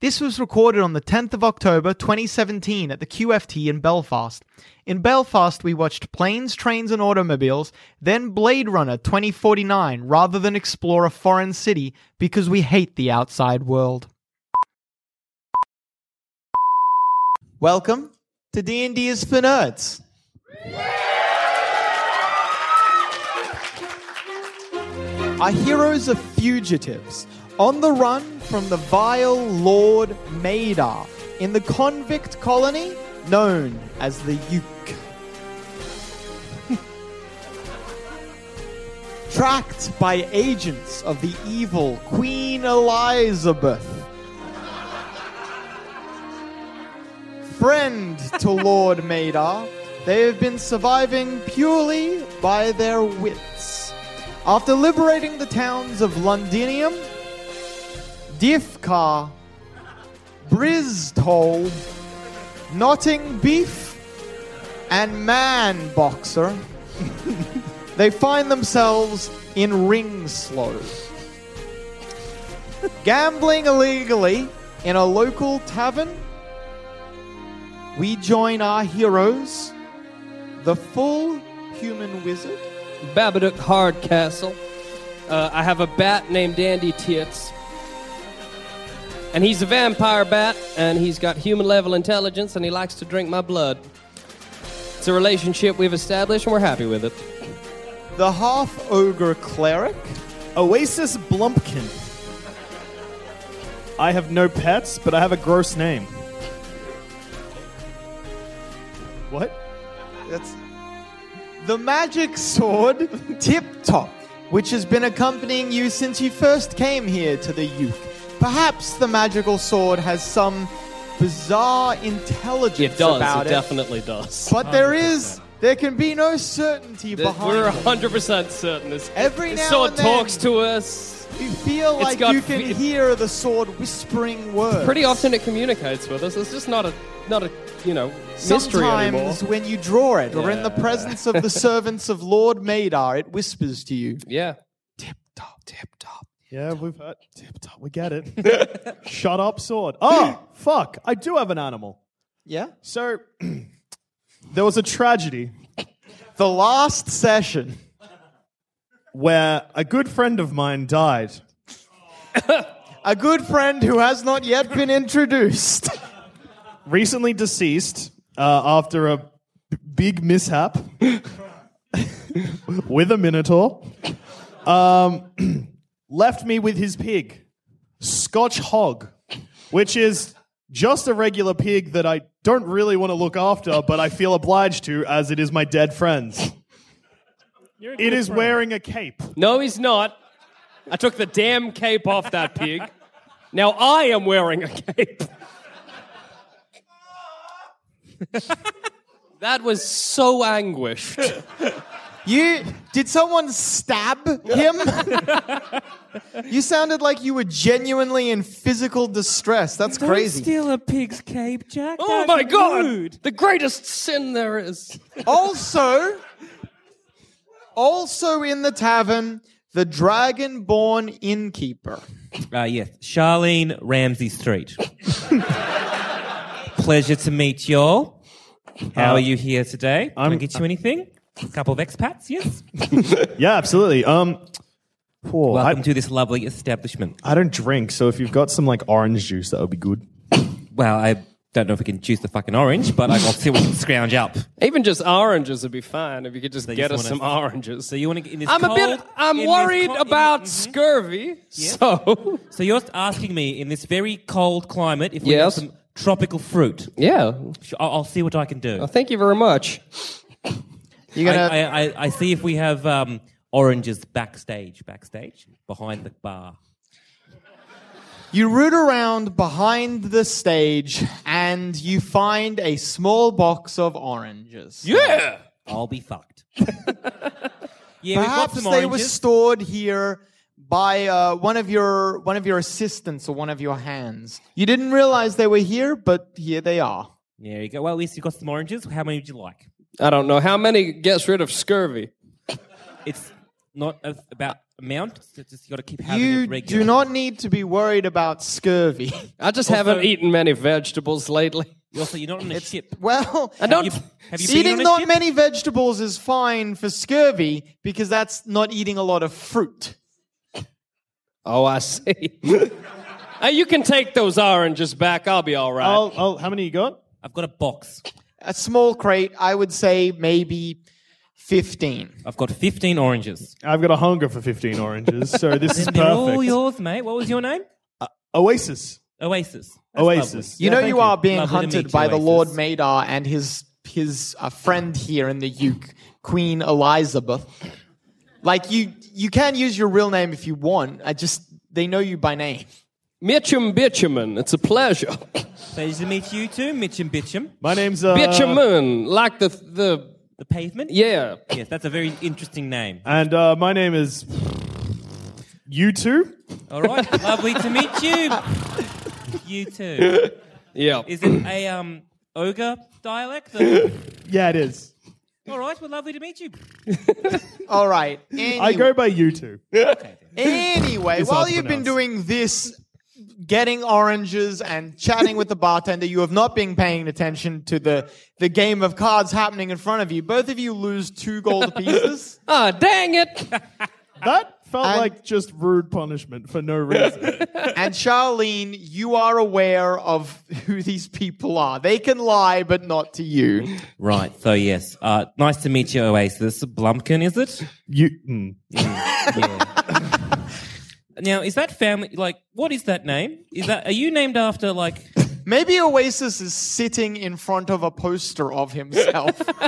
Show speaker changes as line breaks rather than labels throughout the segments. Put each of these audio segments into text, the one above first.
This was recorded on the 10th of October 2017 at the QFT in Belfast. In Belfast, we watched Planes, Trains, and Automobiles, then Blade Runner 2049 rather than explore a foreign city because we hate the outside world. Welcome to D&D is for Nerds. Our heroes are fugitives, on the run from the vile Lord Maidar in the convict colony known as the Uke. Tracked by agents of the evil Queen Elizabeth. Friend to Lord Maidar, they have been surviving purely by their wits. After liberating the towns of Londinium, Diffkar, Bristol, Notting Beef, and Man Boxer, they find themselves in Ringslow. Gambling illegally in a local tavern, we join our heroes, the full human wizard,
Babadook Hardcastle. Uh, I have a bat named Dandy Tits. And he's a vampire bat, and he's got human level intelligence, and he likes to drink my blood. It's a relationship we've established, and we're happy with it.
the half ogre cleric,
Oasis Blumpkin. I have no pets, but I have a gross name. What?
That's the magic sword, Tip Top, which has been accompanying you since you first came here to the Uke. Perhaps the magical sword has some bizarre intelligence
It does.
about
it,
it.
definitely does.
But there is, there can be no certainty
That
behind.
we're
it.
100% certain. This,
Every now
so
and
it talks
then-
to us.
You feel
It's
like
got
you can
fe-
hear the sword whispering words.
Pretty often it communicates with us. It's just not a, not a you know, mystery anymore.
Sometimes when you draw it or in the presence of the servants of Lord Maidar, it whispers to you.
Yeah.
Tip top, tip top.
Yeah, we've heard. Tip top, we get it. Shut up, sword. Oh, fuck. I do have an animal.
Yeah?
So, there was a tragedy
The last session.
where a good friend of mine died.
A good friend who has not yet been introduced.
recently deceased uh, after a b- big mishap with a minotaur, um, left me with his pig, Scotch Hog, which is just a regular pig that I don't really want to look after, but I feel obliged to as it is my dead friend's. It is wearing a cape.
No, he's not. I took the damn cape off that pig. Now I am wearing a cape. that was so anguished.
You did someone stab him? you sounded like you were genuinely in physical distress. That's crazy.
Steal a pig's cape, Jack.
Oh
That'd
my
be
god!
rude.
The greatest sin there is.
also, also in the tavern, the dragonborn innkeeper.
Uh, yes, Charlene Ramsey Street. Pleasure to meet y'all.
Uh,
How are you here today? Can i
I'm-
get you anything? A couple of expats, yes.
Yeah, absolutely. Um, poor, I,
Welcome to this lovely establishment.
I don't drink, so if you've got some like orange juice, that would be good.
Well, I don't know if we can juice the fucking orange, but I'll see what we can scrounge up.
Even just oranges would be fine if you could just get
just
us some
wanna-
oranges.
So you want to get in this?
I'm a bit.
cold- in
I'm
this
worried
co- in-
about
mhm.
scurvy. So
So you're asking me in this very cold climate if we
Yes.
have some tropical fruit.
yeah,
Sh- I'll, I'll see what I can do.
thank you very much.
You're gonna.
I, I, I, I see if we have um, oranges backstage, backstage, behind the bar.
You root around behind the stage and you find a small box of oranges.
Yeah.
I'll be fucked. yeah,
Perhaps
we've got some
they were
oranges.
stored here by uh, one of your one of your assistants or one of your hands. You didn't realize they were here, but here they are.
there you go. Well, at least you've got some oranges. How many would you like?
I don't know how many gets rid of scurvy.
It's not a, about amount. So just you got to keep having
You
it regularly.
do not need to be worried about scurvy.
I just haven't eaten many vegetables lately.
You're Also, you're not on a ship.
well,
I don't.
You, have you been
eating
on a
not
ship?
many vegetables is fine for scurvy because that's not eating a lot of fruit.
oh, I see. Hey, you can take those oranges back. I'll be all right.
I'll, I'll, how many you got?
I've got a box.
A small crate, I would say maybe 15.
I've got 15 oranges.
I've got a hunger for 15 oranges, so this is
They're all
perfect.
yours, mate. What was your name?
Oasis.
Oasis. That's lovely.
Oasis.
You
Yeah,
know
thank
you are being
Lovely to meet
hunted
you,
by the
Oasis.
Lord Madar and his his uh, friend here in the Uke, Queen Elizabeth. Like you, you can use your real name if you want. I just they know you by name.
Mitchum Bitumen. It's a pleasure.
Uh, Pleasure to meet you too, Mitchum Bitchum.
My name's uh,
Bitumen, like the the
The pavement?
yeah.
Yes, that's a very interesting name.
and uh, my name is you two.
All right, lovely to meet you. You too.
Yeah.
Is it a um, ogre dialect? The-
Yeah, it is.
All right, well, lovely to meet you.
All right. Anyway,
I go by you two.
anyway
It's
while
hard to
you've been
pronounce.
doing this, getting oranges and chatting with the bartender, you have not been paying attention to the the game of cards happening in front of you. Both of you lose two gold pieces.
Ah, dang it.
That felt
And-
like just rude punishment for no reason.
And Charlene, you are aware of who these people are. They can lie, but not to you.
Right, so yes, uh, nice to meet you, Oasis. Blumpkin, is it?
you. mm.
Now, is that family, like, what is that name? Is that, are you named after, like,
Maybe Oasis is sitting in front of a poster of himself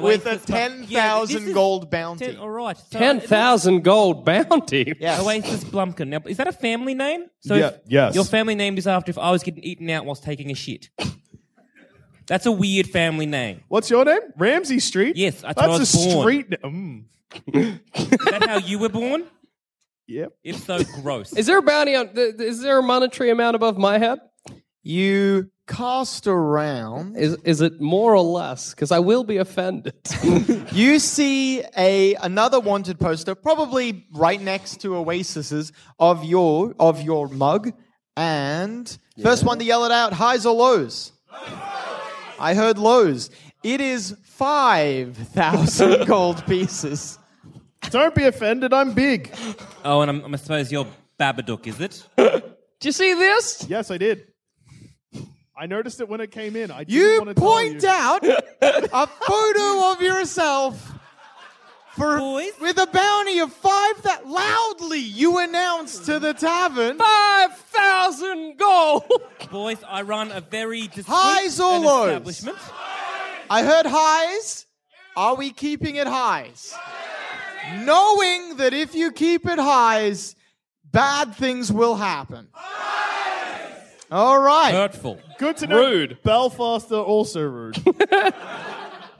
with a
Oasis-
ten
Yeah, this
thousand
is-
gold bounty.
Ten, all right. So
Ten thousand gold bounty.
Yes.
Oasis Blumpkin. Now, is that a family name? So
Yeah,
if
yes.
Your family name is after if I was getting eaten out whilst taking a shit. That's a weird family name.
What's your name? Ramsey Street.
Yes,
that's
that's where I was
a
born.
street. na- Mm.
Is that how you were born?
Yep.
If so, gross.
Is there a bounty on? th- th- Is there a monetary amount above my head?
You cast around.
Is is it more or less? Because I will be offended.
You see a another wanted poster, probably right next to Oasis's, of your of your mug. And first one to yell it out: highs or lows? I heard lows. It is five thousand gold pieces.
Don't be offended. I'm big.
Oh, and I'm, I'm- I suppose you're Babadook, is it?
Do you see this?
Yes, I did. I noticed it when it came in. I didn't
You
wanna tell
point
you.
out a photo of yourself for
Boys?
with a bounty of five that loudly you announce to the tavern.
Five thousand gold.
Boys, I run a very discreet
Highs or
an
lows?
establishment.
I heard highs. Are we keeping it highs? Knowing that if you keep it highs, bad things will happen. All right.
Hurtful.
Good to know.
Rude.
Belfast are also rude.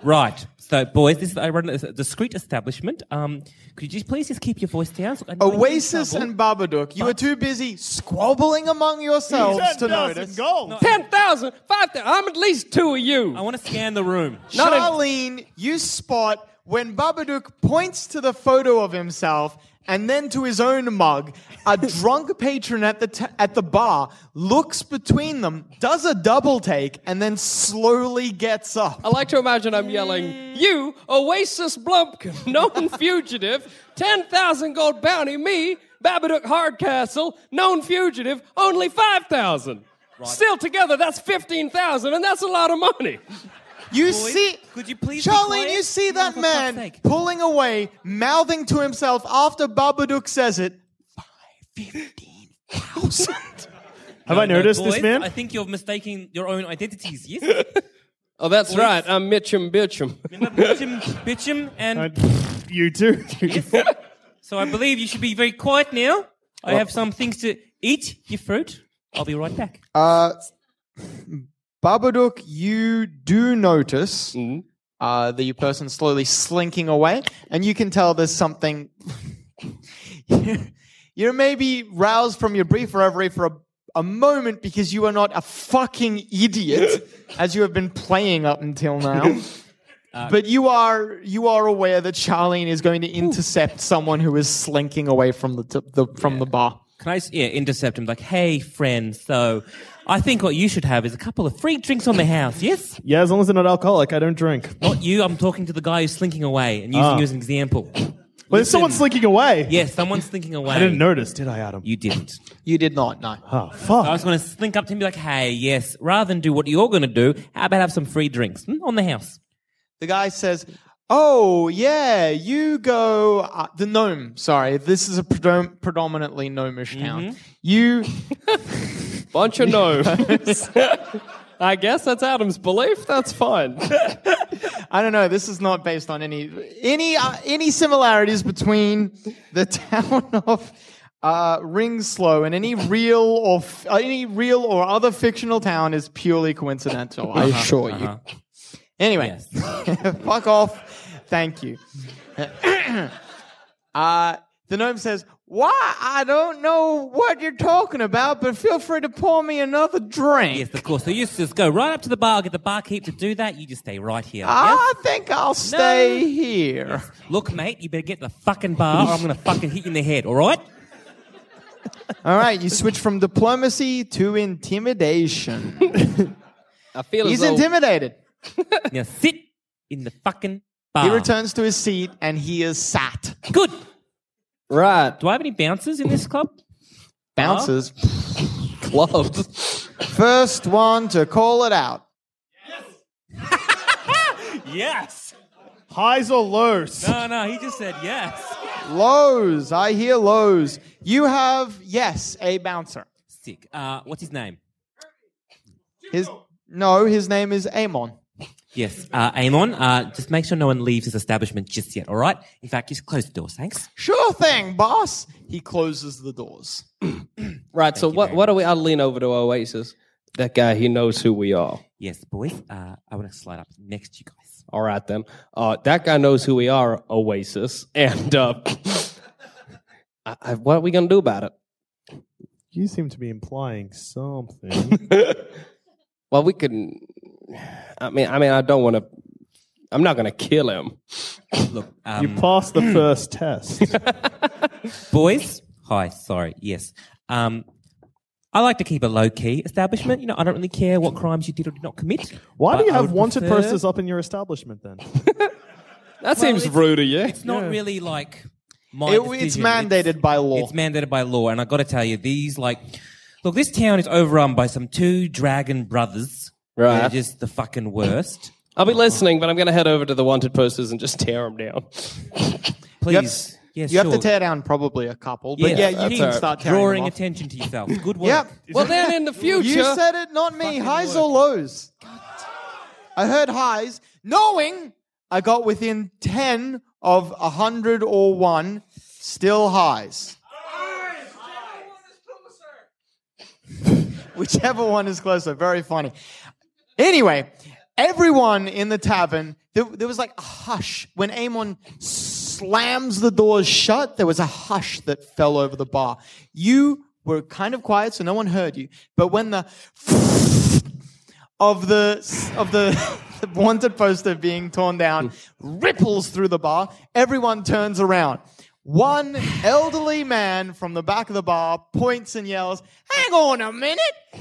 Right. So, boys, this is I run a discreet establishment. Um, could you just please just keep your voice down? So I know you're in
Oasis
trouble.
and Babadook, you were too busy squabbling among yourselves to
10,000
notice.
gold.
10,000, 5,000. I'm at least two of you.
I want to scan the room.
Not in-
Charlene, you spot when Babadook points to the photo of himself and then to his own mug. A drunk patron at the t- at the bar looks between them, does a double take, and then slowly gets up.
Oh,
I like to imagine I'm yelling, You, Oasis Blumpkin, known fugitive, 10,000 gold bounty, me, Babadook Hardcastle, known fugitive, only 5,000. Still together, that's 15,000, and that's a lot of money.
You
Boys,
see,
could you please be
Charlene,
quiet?
you see
No,
that
for fuck's
man
sake.
pulling away, mouthing to himself after Babadook says it. Fifteen thousand.
Have I noticed this
Boys,
man?
I think you're mistaking your own identities. Yes,
Oh, that's right, I'm Mitchum Bitchum.
remember Bitchum, Bitchum, and
Uh, you too.
so I believe you should be very quiet now. I
Oh.
have some things to eat. Your fruit. I'll be right back.
Uh, Babadook, you do notice uh, the person slowly slinking away, and you can tell there's something. You're maybe roused from your brief reverie for a, a moment because you are not a fucking idiot as you have been playing up until now. but you are you are aware that Charlene is going to intercept someone who is slinking away from the, t- the from the bar.
Can I s- yeah, intercept him? Like, hey, friend, so I think what you should have is a couple of free drinks on the house, yes?
yeah, as long as they're not alcoholic, I don't drink. Well,
Not you, I'm talking to the guy who's slinking away and using
Ah.
you as an example.
there's someone slinking away.
Yes, someone's slinking away.
I didn't notice, did I, Adam?
You didn't.
You did not know.
oh, fuck.
I was going to slink up to him and be like, hey, yes, rather than do what you're going to do, how about have some free drinks hmm, on the house?
The guy says, "Oh yeah, you go uh, the gnome. Sorry, this is a predom- predominantly gnomish town. You
Bunch of gnomes. I guess that's Adam's belief, that's fine.
I don't know. This is not based on any any uh, any similarities between the town of uh, Ringslow and any real or f- uh, any real or other fictional town is purely coincidental. I assure you. Anyway, fuck off. Thank you. uh, the gnome says, "Why? I don't know what you're talking about, but feel free to pour me another drink."
Yes, of course. So you just go right up to the bar, get the barkeep to do that. You just stay right here.
Ah.
I think I'll stay here.
Yes? Look, mate, you better get the fucking bar or I'm going to fucking hit you in the head, all right?
All right, you switch from diplomacy to intimidation.
I feel
He's
as though
intimidated.
Now sit in the fucking bar.
He returns to his seat and he is sat.
Good.
Right,
Do I have any bouncers in this club?
Bounces.
clubbed.
First one to call it out.
Yes.
Highs or lows?
No, no, he just said yes.
Lows. I hear lows. You have, yes, a bouncer.
Sick. Uh, what's his name?
His No, his name is Amon.
Yes, uh, Amon. Uh, just make sure no one leaves his establishment just yet, all right? In fact, just close the doors, thanks.
Sure thing, boss. He closes the doors.
Right, so what, what do we, I'll lean over to Oasis. That guy, he knows who we are.
Yes, boys. Uh, I want to slide up next to you guys.
All right then. Uh, that guy knows who we are, Oasis, and uh, I, I, what are we gonna do about it?
You seem to be implying something.
Well, we can. I mean, I mean, I don't want to. I'm not gonna kill him.
Look,
you
um,
passed the first test.
boys. Hi, sorry. Yes. Um, I like to keep a low key establishment. You know, I don't really care what crimes you did or did not commit.
Why do
but
you
I
have
would
wanted
prefer-
posters up in your establishment then?
That seems
it's-
rude of you.
It's not really like my.
It- it's
decision.
mandated by law.
It's mandated by law, and I got to tell you, these like, look, this town is overrun by some two dragon brothers.
Right.
They're just the fucking worst.
I'll be listening, but I'm gonna head over to the wanted posters and just tear them down.
Please,
have-
yeah,
You have to
sure.
tear down probably a couple, but yeah, you
keep
can start tearing
drawing
them off.
attention to yourself. Good work.
Yep.
well, then in the future,
You said it, not me. Highs or lows? I heard highs, knowing I got within 10 of 100 or 1, still highs. Whichever one is closer, very funny. Anyway, everyone in the tavern, There, there was like a hush when Amon slams the doors shut. There was a hush that fell over the bar. You were kind of quiet, so no one heard you. But when the of the of the, the wanted poster being torn down ripples through the bar, everyone turns around. One elderly man from the back of the bar points and yells, "Hang on a minute!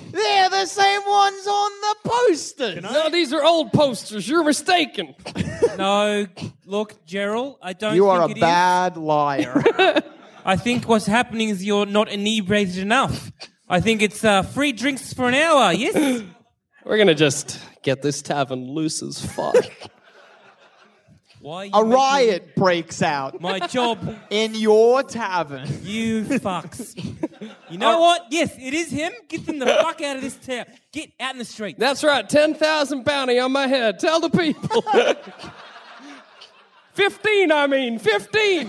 They're the same ones on the posters."
No, these are old posters. You're mistaken.
No, look, Gerald, I don't.
You
think
are a
it is.
bad liar.
I think what's happening is you're not inebriated enough. I think it's uh, free drinks for an hour. Yes.
We're gonna just get this tavern loose as fuck.
Why are you
a
making
riot breaks out
My job,
in your tavern.
you fucks. You know what? Yes, it is him. Get them the fuck out of this town. Get out in the street.
That's right. Ten thousand bounty on my head. Tell the people. fifteen, I mean, fifteen.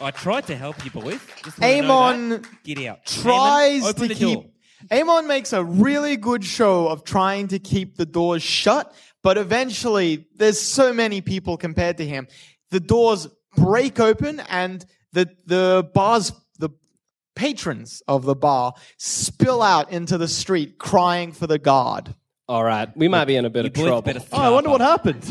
I tried to help you, boys. Just wanna know
Amon
that. get out.
tries
Amon, open
to
the door.
keep. Amon makes a really good show of trying to keep the doors shut, but eventually there's so many people compared to him. The doors break open and the the bars the patrons of the bar spill out into the street crying for the guard.
All right, we might be in a bit
You
of
boys
trouble.
better
Oh, I wonder what happened.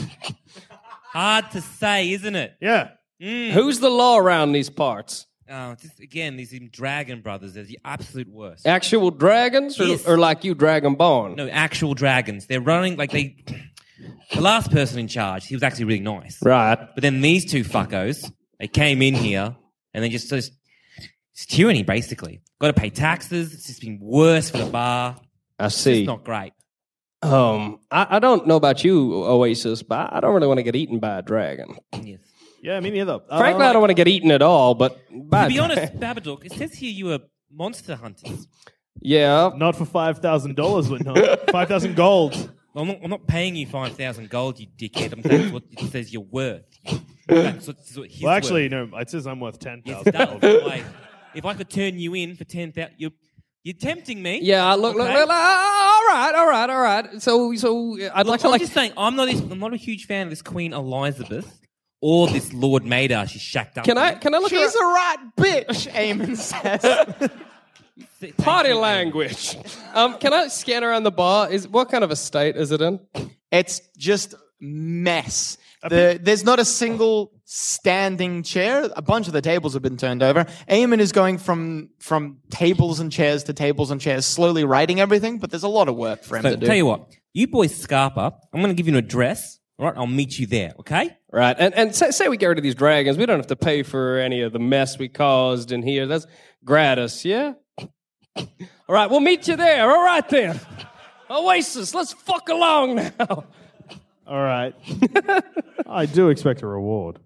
Hard to say, isn't it?
Yeah.
Who's the law around these parts?
Oh, just again, these dragon brothers are the absolute worst.
Actual dragons, or,
Yes.
or like you, dragonborn?
no, actual dragons. They're running like they. The last person in charge, he was actually really nice.
Right.
But then these two fuckos, they came in here and they just, just it's tyranny basically. Got to pay taxes. It's just been worse for the bar.
I see.
It's not great.
Um, I, I don't know about you, Oasis, but I don't really want to get eaten by a dragon.
Yes.
Yeah, me neither. Uh,
Frankly, I don't want to get eaten at all. But by
To be
a
honest, Babadook, it says here you were monster hunters.
Yeah.
Not for five thousand dollars, we're not. five thousand gold.
Well, I'm, not, I'm not paying you five thousand gold, you dickhead. I'm saying it's what it says you're worth. That's what- that's what his
Well, actually,
worth.
no. It says I'm worth ten
Yes,
thousand.
that was like, if I could turn you in for ten thousand, you're you're tempting me.
Yeah. Look. Look.
Okay.
look, look, all right. All right. All right. So. So uh, I'd like to
I'm
like.
just saying, I'm not. This, I'm not a huge fan of this Queen Elizabeth or this Lord Maida. She's shacked up.
Can I?
with.
Can I look?
She's
around-
a right bitch, Amon says.
Th- thank
Party
you, Ian.
language. Um, can I scan around the bar? Is what kind of a state is it in?
It's just mess. The, there's not a single standing chair. A bunch of the tables have been turned over. Eamon is going from from tables and chairs to tables and chairs, slowly writing everything. But there's a lot of work for him
So,
to do.
tell you what, you boys scarp up. I'm going to give you an address. All right, I'll meet you there. Okay.
Right. And and say, say we get rid of these dragons, we don't have to pay for any of the mess we caused in here. That's gratis. Yeah. All right. We'll meet you there. All right then. Oasis, let's fuck along now.
All right. I do expect a reward.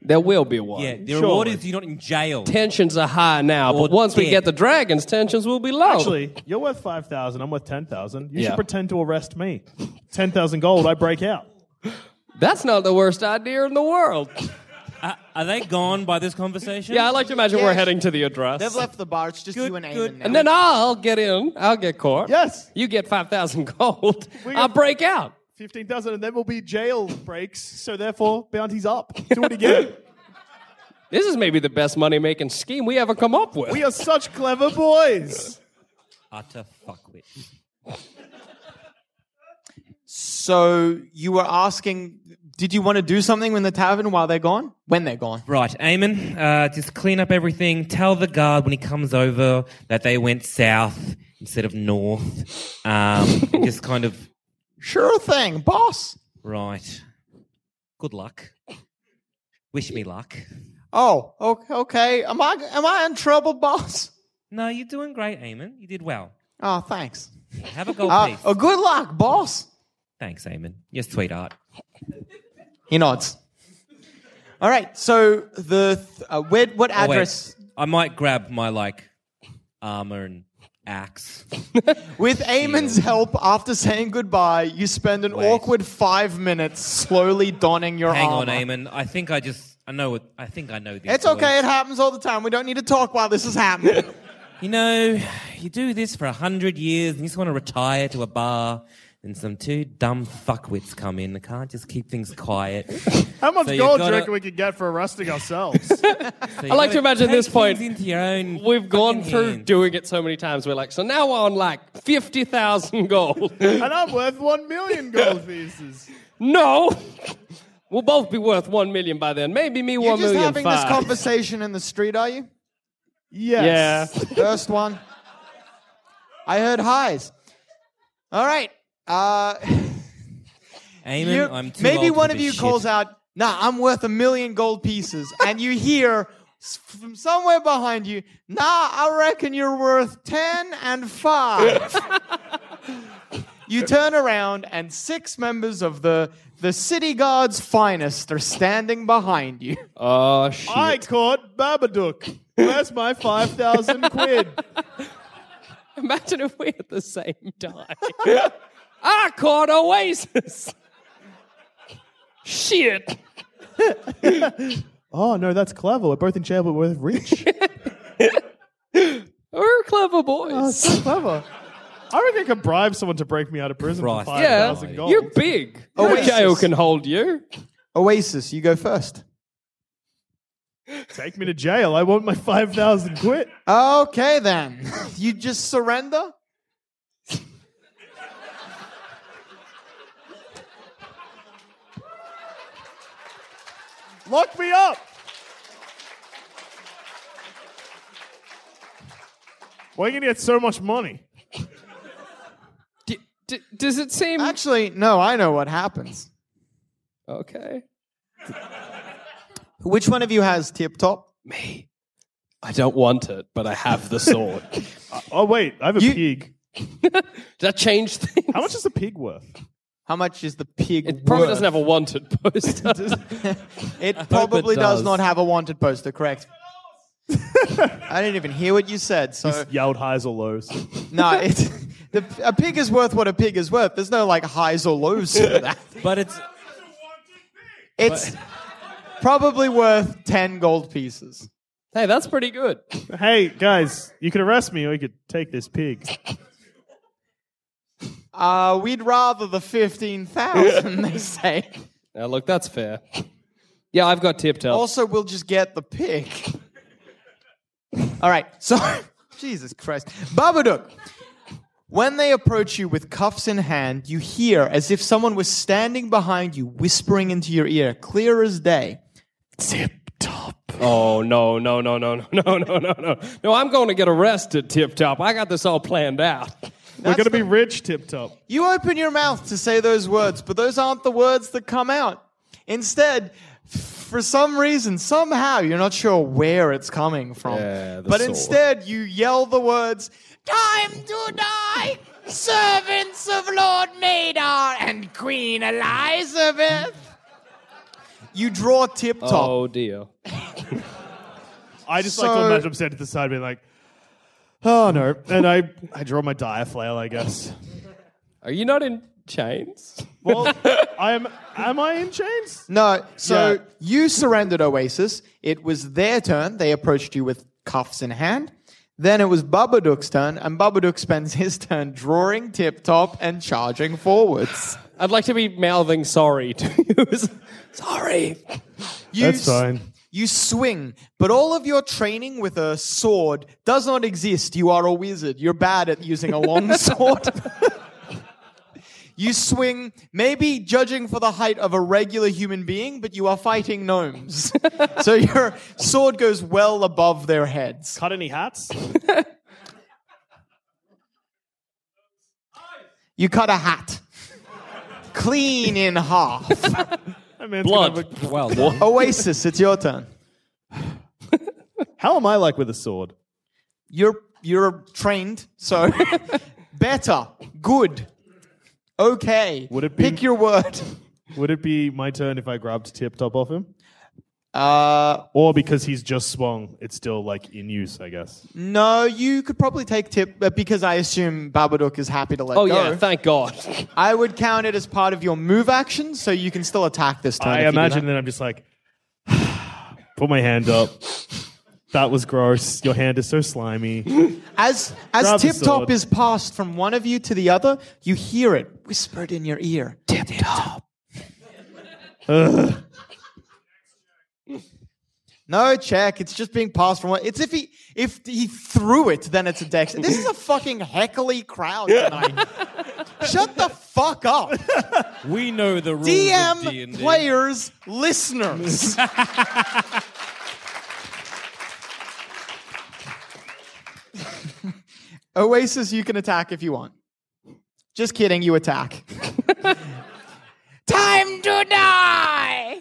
There will be one.
Yeah. The reward is you're not in jail.
Tensions are high now,
Or
but once we
dead.
get the dragons, tensions will be low.
Actually, you're worth five thousand. I'm worth ten thousand. You
Yeah.
should pretend to arrest me. Ten thousand gold. I break out.
That's not the worst idea in the world.
Are, are they gone by this conversation?
Yeah, I like to imagine
Yeah,
we're
sh-
heading to the address.
They've left the bar. It's just you and
good.
Eamon now.
and then I'll get in. I'll get caught.
Yes.
You get 5,000 gold.
We
I'll
got-
break out.
Fifteen thousand, and then we'll be jail breaks. So therefore, bounty's up. Do it again.
This is maybe the best money making scheme we ever come up with.
we are such clever boys.
Utter fuckwit.
so you were asking, did you want to do something in the tavern while they're gone? When they're gone?
Right, Eamon, uh, just clean up everything. Tell the guard when he comes over that they went south instead of north. Um, just kind of,
Sure thing, boss.
right. Good luck. Wish me luck.
Oh, o- okay. Am I am I in trouble, boss?
No, you're doing great, Eamon. You did well.
Oh, thanks.
Have a gold
Uh,
piece.
oh, good luck, boss.
Thanks, Eamon. Yes, sweetheart.
He nods. All right. So the th- uh, where, what
Oh, wait.
address
I might grab my, like, armor and axe.
with Eamon's help? After saying goodbye, you spend an
Wait.
awkward five minutes slowly donning your
Hang
armor.
on, Eamon. I think I just, I know what, I think I know this.
It's
voice.
okay. It happens all the time. We don't need to talk while this is happening.
you know, you do this for a hundred years and you just want to retire to a bar, and some two dumb fuckwits come in. They can't just keep things quiet.
How much
So you
gold do you
gotta-
reckon we could get for arresting ourselves?
I
like to imagine this point.
Into your own
We've gone
fucking
through
hands.
doing it so many times. We're like, so now we're on like 50,000 gold.
and I'm worth one million gold pieces.
no! We'll both be worth one million by then. Maybe me
You're
one
just
million
having
five.
this conversation in the street, are you?
Yes.
Yeah.
First one. I heard highs. All right. Uh,
Eamon,
you-
I'm too
maybe
old for
one of
this
you
shit.
calls out, "Nah, I'm worth a million gold pieces," and you hear s- from somewhere behind you, "Nah, I reckon you're worth ten and five. you turn around, and six members of the the city guard's finest are standing behind you.
Oh, shit.
I caught Babadook. Where's my five thousand quid?
Imagine if we at the same time. I caught Oasis. Shit.
Oh no, that's clever. We're both in jail, but we're rich.
We're clever
Oh,
boys.
clever. I reckon I could bribe someone to break me out of prison
Christ.
for five
yeah,
thousand gold.
you're big. No
Oasis.
jail can hold you.
Oasis, you go first.
Take me to jail. I want my five thousand quid.
Okay, then you just surrender.
Lock me up. We're gonna get so much money.
D- d- does it seem
Actually, no, I know what happens.
okay?
Which one of you has tip top?
Me. I don't want it, but I have the sword. Does
Oh wait, I have a
You-
pig.
that change things?
How much is a pig worth?
How much is the pig?
It probably
worth?
doesn't have a wanted poster.
It probably does.
does.
not have a wanted poster. Correct. I didn't even hear what you said. So
Yelled highs or lows.
no, it's the, a pig is worth what a pig is worth. There's no like highs or lows for that.
But it's
It's probably worth ten gold pieces.
hey, that's pretty good.
hey guys, you could arrest me or you could take this pig.
Uh, we'd rather the fifteen thousand. They say.
Now look, that's fair. Yeah, I've got tip top.
Also, we'll just get the pig. All right. So, Jesus Christ, Babadook. When they approach you with cuffs in hand, you hear as if someone was standing behind you, whispering into your ear, clear as day.
Tip top.
Oh no, no, no, no, no, no, no, no, no. No, I'm going to get arrested, Tip Top. I got this all planned out.
We're gonna be rich, tip top.
You open your mouth to say those words, but those aren't the words that come out. Instead, for some reason, somehow, you're not sure where it's coming from.
Yeah, the
but
sword.
instead, you yell the words, Time to die, servants of Lord Nadar and Queen Elizabeth. You draw tip top.
Oh dear.
I just like to
So-
imagine I'm standing to the side being like, oh no. And I, I draw my dire flail, I guess.
Are you not in chains?
Well, I'm, am I in chains?
No, so
Yeah.
you surrendered Oasis. It was their turn. They approached you with cuffs in hand. Then it was Babadook's turn, and Babadook spends his turn drawing tip top and charging forwards.
I'd like to be mouthing sorry to you. sorry.
You
That's fine.
You swing, but all of your training with a sword does not exist. You are a wizard. You're bad at using a long sword. you swing, maybe judging for the height of a regular human being, but you are fighting gnomes. so your sword goes well above their heads.
Cut any hats?
You cut a hat. Clean in half.
That man's gonna have
Blood. Well done.
Oasis, it's your turn.
a- How am I like with a sword?
You're you're trained, so better, good, okay.
Would it be-
Pick your word.
Would it be my turn if I grabbed tip top off him?
Uh,
Or because he's just swung, it's still like in use, I guess.
no, you could probably take tip, but because I assume Babadook is happy to let
Oh
go.
yeah, thank God.
I would count it as part of your move action, so you can still attack this turn.
I
if you do
imagine
that.
that I'm just like, put my hand up, That was gross. Your hand is so slimy.
As as
Grab the
Tip Top
sword.
is passed from one of you to the other, you hear it whispered in your ear. Tip Top. No check. It's just being passed from one. It's if he if he threw it, then it's a dex. This is a fucking heckly crowd tonight. Shut the fuck up,
We know the rules of
DM
D&D.
players, listeners. Oasis, you can attack if you want. Just kidding, you attack. Time to die!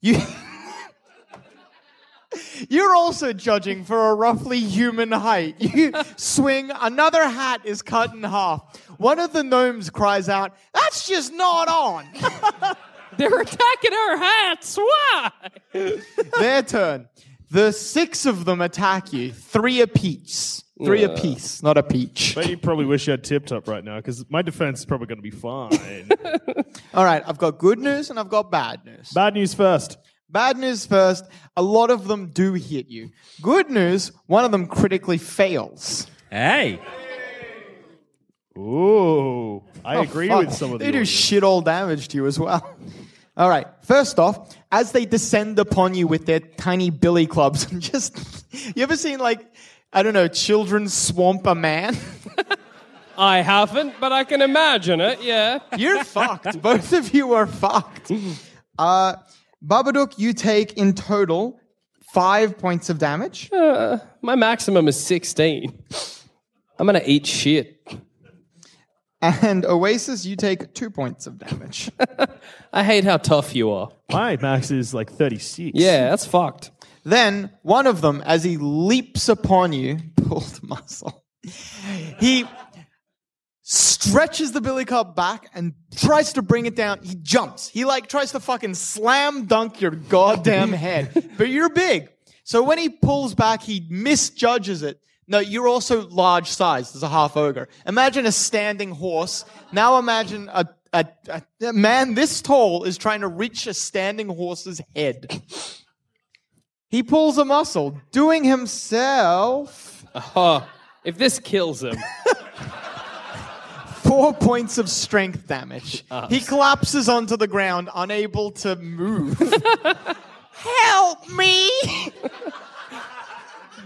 You. You're also judging for a roughly human height. You swing, another hat is cut in half. One of the gnomes cries out, That's just not on!
They're attacking our hats. Why?
Their turn. The six of them attack you, three apiece. Three apiece, not a peach.
But you probably wish you had tip top right now because my defense is probably going to be fine.
All right, I've got good news and I've got bad news.
Bad news first.
Bad news first, a lot of them do hit you. Good news, one of them critically fails.
Hey.
Ooh, I agree
Fuck.
with some of the
They do
audience.
shit all damage to you as well. All right. First off, as they descend upon you with their tiny billy clubs, and just you ever seen like I don't know, children swamp a man?
I haven't, but I can imagine it. Yeah.
You're fucked. Both of you are fucked. Uh, Babadook, you take in total five points of damage.
My maximum is 16. I'm going to eat shit.
And Oasis, you take two points of damage.
I hate how tough you are.
My max is like 36.
Yeah, that's fucked.
Then one of them, as he leaps upon you, pulled muscle. He stretches the billy club back and tries to bring it down. He jumps. He like tries to fucking slam dunk your goddamn head. But you're big. So when he pulls back, he misjudges it. No, you're also large sized as a half ogre. Imagine a standing horse. Now imagine a, a, a, a man this tall is trying to reach a standing horse's head. He pulls a muscle, doing himself
Oh, if this kills him,
four points of strength damage. He collapses onto the ground, unable to move. Help me!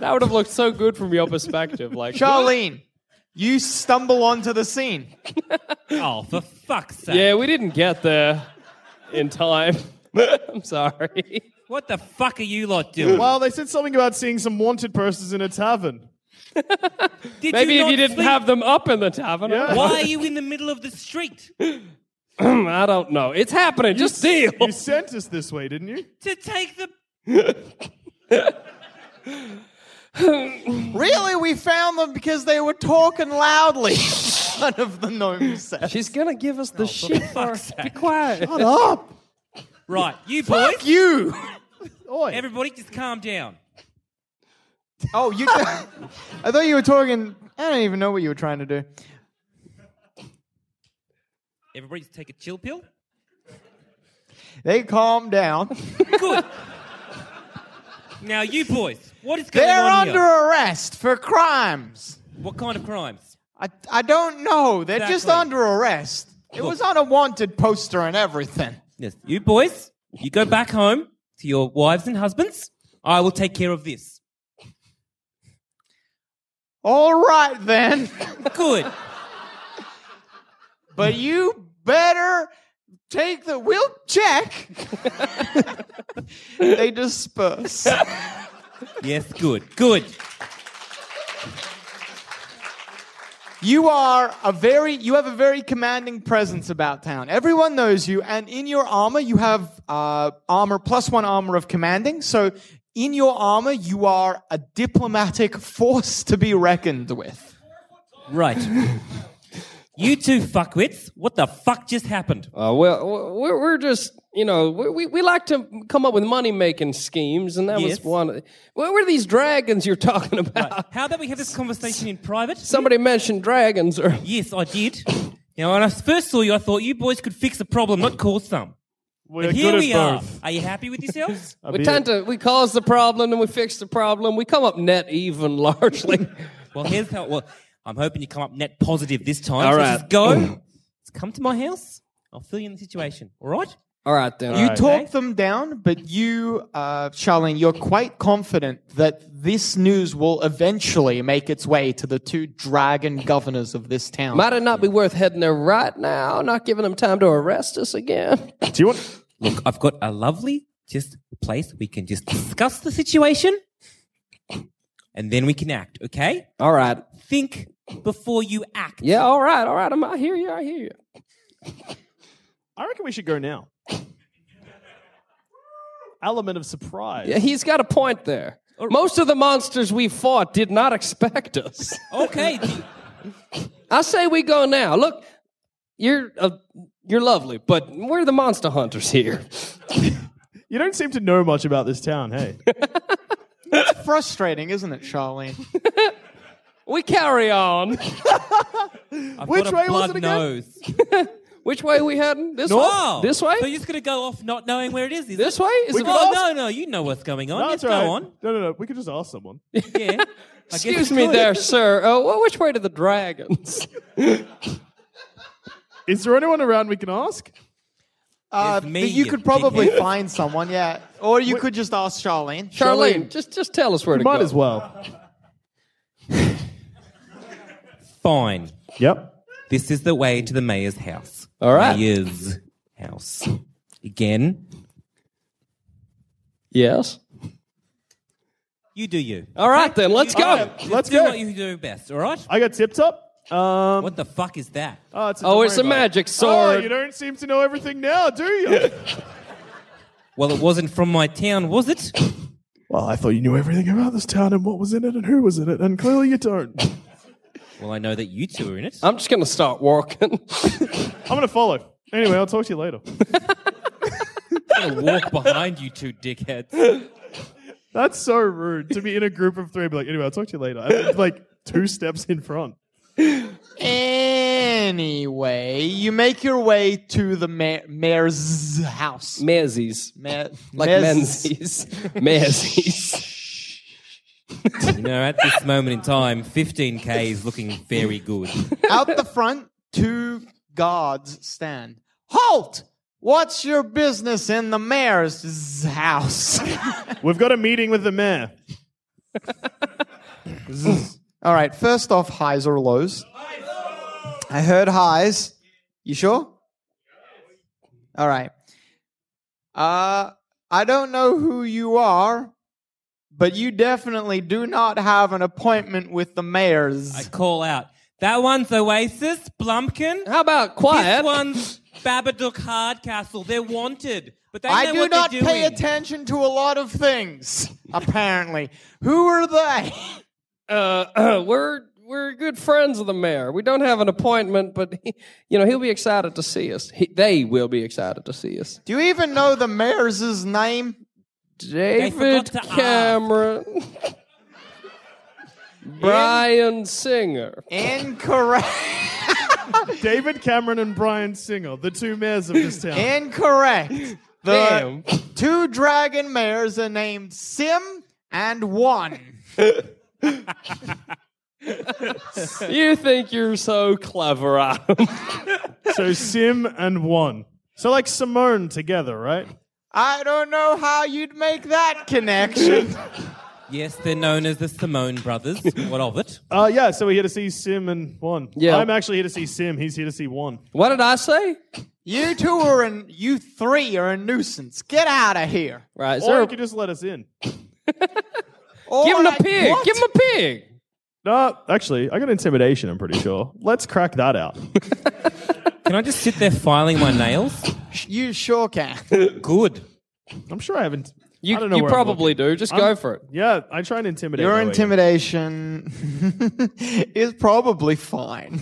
that would have looked so good from your perspective. Like,
Charlene, you stumble onto the scene.
Oh, for fuck's sake.
yeah, we didn't get there in time. I'm sorry.
What the fuck are you lot doing?
Well, they said something about seeing some wanted persons in a tavern.
Did
Maybe if
not
you didn't
sleep?
have them up in the tavern.
Why are you in the middle of the street?
I don't know. It's happening. Just deal.
You sent us this way, didn't you?
to take the.
Really, we found them because they were talking loudly. None of the gnomes said.
She's going to give us the shit.
fuck's
for- Be quiet.
Shut up.
Right, you boys.
You.
Oi.
Everybody, just calm down.
Oh, you. I thought you were talking. I don't even know what you were trying to do.
Everybody, just take a chill pill.
They calm down.
Good. now, you boys, what is going
They're
on
under
here?
arrest for crimes.
What kind of crimes?
I, I don't know. They're just
Exactly.
under arrest. It was on a wanted poster and everything.
Yes, you boys, you go back home to your wives and husbands. I will take care of this.
All right then.
Good.
but you better take the we'll check. they disperse.
yes, good. Good.
You are a very you have a very commanding presence about town. Everyone knows you, and in your armor you have uh, armor plus one armor of commanding. So in your armor you are a diplomatic force to be reckoned with.
Right. you two fuckwits, what the fuck just happened?
Uh, well, we're, we're just, you know, we, we, we like to come up with money making schemes, and that
Yes.
was one. of- What were these dragons you're talking about?
How did we have this conversation in private?
Somebody mentioned dragons. Or,
Yes, I did. Now, when I first saw you, I thought you boys could fix a problem, not cause some.
We're
Here
good
we
at
are.
both.
Are you happy with yourselves?
I
We
beat
tend
it.
to we cause the problem and we fix the problem. We come up net even largely.
well, here's how. Well, I'm hoping you come up net positive this time.
All
so
right.
just go. Just come to my house. I'll fill you in the situation. All right?
All right then.
You
Right.
talk them down, but you, uh, Charlene, you're quite confident that this news will eventually make its way to the two dragon governors of this town.
Might it not be worth heading there right now? Not giving them time to arrest us again.
Do you want?
Look, I've got a lovely just place we can just discuss the situation, and then we can act. Okay?
All right.
Think before you act.
Yeah. All right. All right. I'm, I hear you. I hear you.
I reckon we should go now. Element of surprise.
Yeah, he's got a point there. Most of the monsters we fought did not expect us.
Okay.
I say we go now. Look, you're uh, you're lovely, but we're the monster hunters here.
You don't seem to know much about this town, hey?
Frustrating, isn't it, Charlene?
We carry on.
I've
Which
got a
way was
blood
it again?
nose.
Which way we heading? This
Oh,
way. This way.
So you're just gonna go off not knowing where it is? is
this
it?
way. Is
We
it
can
Oh
all-
no, no, you know what's going on.
No,
yes,
that's
go
right.
on.
No, no, no. We could just ask someone.
Yeah. I guess
Excuse
you
me
could.
there, sir. Uh, wh- which way to the dragons?
Is there anyone around we can ask?
Uh,
It's me,
but you
you
could probably
dickhead.
find someone, yeah. Or you could just ask Charlene.
Charlene, just just tell us where to
Might
go.
as well.
Fine.
Yep.
This is the way to the mayor's house.
All right.
Mayor's house. Again,
Yes.
you do you.
All right then. Let's go.
right. Let's
do
go.
what you do best, all right?
I got tipped up. Um,
What the fuck is that?
oh, it's a,
Oh,
don't
it's
worry
a
about it.
magic
Oh,
sword.
you don't seem to know everything now, do you?
Well, it wasn't from my town, was it?
well, I thought you knew everything about this town and what was in it and who was in it, and clearly you don't. I'm
Well, I know that you two are in it.
I'm just gonna start walking.
gonna follow. Anyway, I'll talk to you later.
I'm going to walk behind you two dickheads.
That's so rude to be in a group of three and be like, anyway, I'll talk to you later. And then, like two steps in front.
Anyway, you make your way to the ma- mayor's house.
Menzies.
Ma-
Like
mayor's-
Menzies. Menzies.
You know, at this moment in time, 15K is looking very good.
Out the front, two guards stand. Halt! What's your business in the mayor's house?
We've got a meeting with the mayor.
All right, first off, highs or lows? I heard highs. You sure? All right. Uh, I don't know who you are, but you definitely do not have an appointment with the
I
mayor's.
call out. That one's Oasis, Blumpkin.
How about
This
quiet?
one's Babadook Hardcastle. They're wanted, but they
I,
know
do
what
not
they're doing.
pay attention to a lot of things, apparently. who are they?
Uh, we're we're good friends of the mayor. We don't have an appointment, but he, you know he'll be excited to see us. He, they will be excited to see us.
Do you even know the mayor's name?
David
forgot to ask.
Cameron, Brian Singer.
Incorrect.
David Cameron and Brian Singer, the two mayors of this town.
Incorrect. The
Damn.
two dragon mares are named Sim and One.
You think you're so clever, Adam?
so Sim and one. So like Simone together, right?
I don't know how you'd make that connection.
Yes, they're known as the Simone brothers. what of it?
Uh, yeah. So we're here to see Sim and one.
Yeah.
I'm actually here to see Sim. He's here to see one.
What did I say?
You two are in. You three are a nuisance. Get out of here.
Right,
or
sir.
you could just let us in.
Give him a
Alright,
pig.
what?
Give him a pig.
No, actually, I got intimidation. I'm pretty sure. Let's crack that out.
Can I just sit there filing my nails?
You sure can.
Good.
I'm sure I haven't.
You,
I don't know
you
where I'm
probably
looking.
do. Just go
I'm-
for it.
Yeah, I try and intimidate.
Your
my way in.
intimidation is probably fine.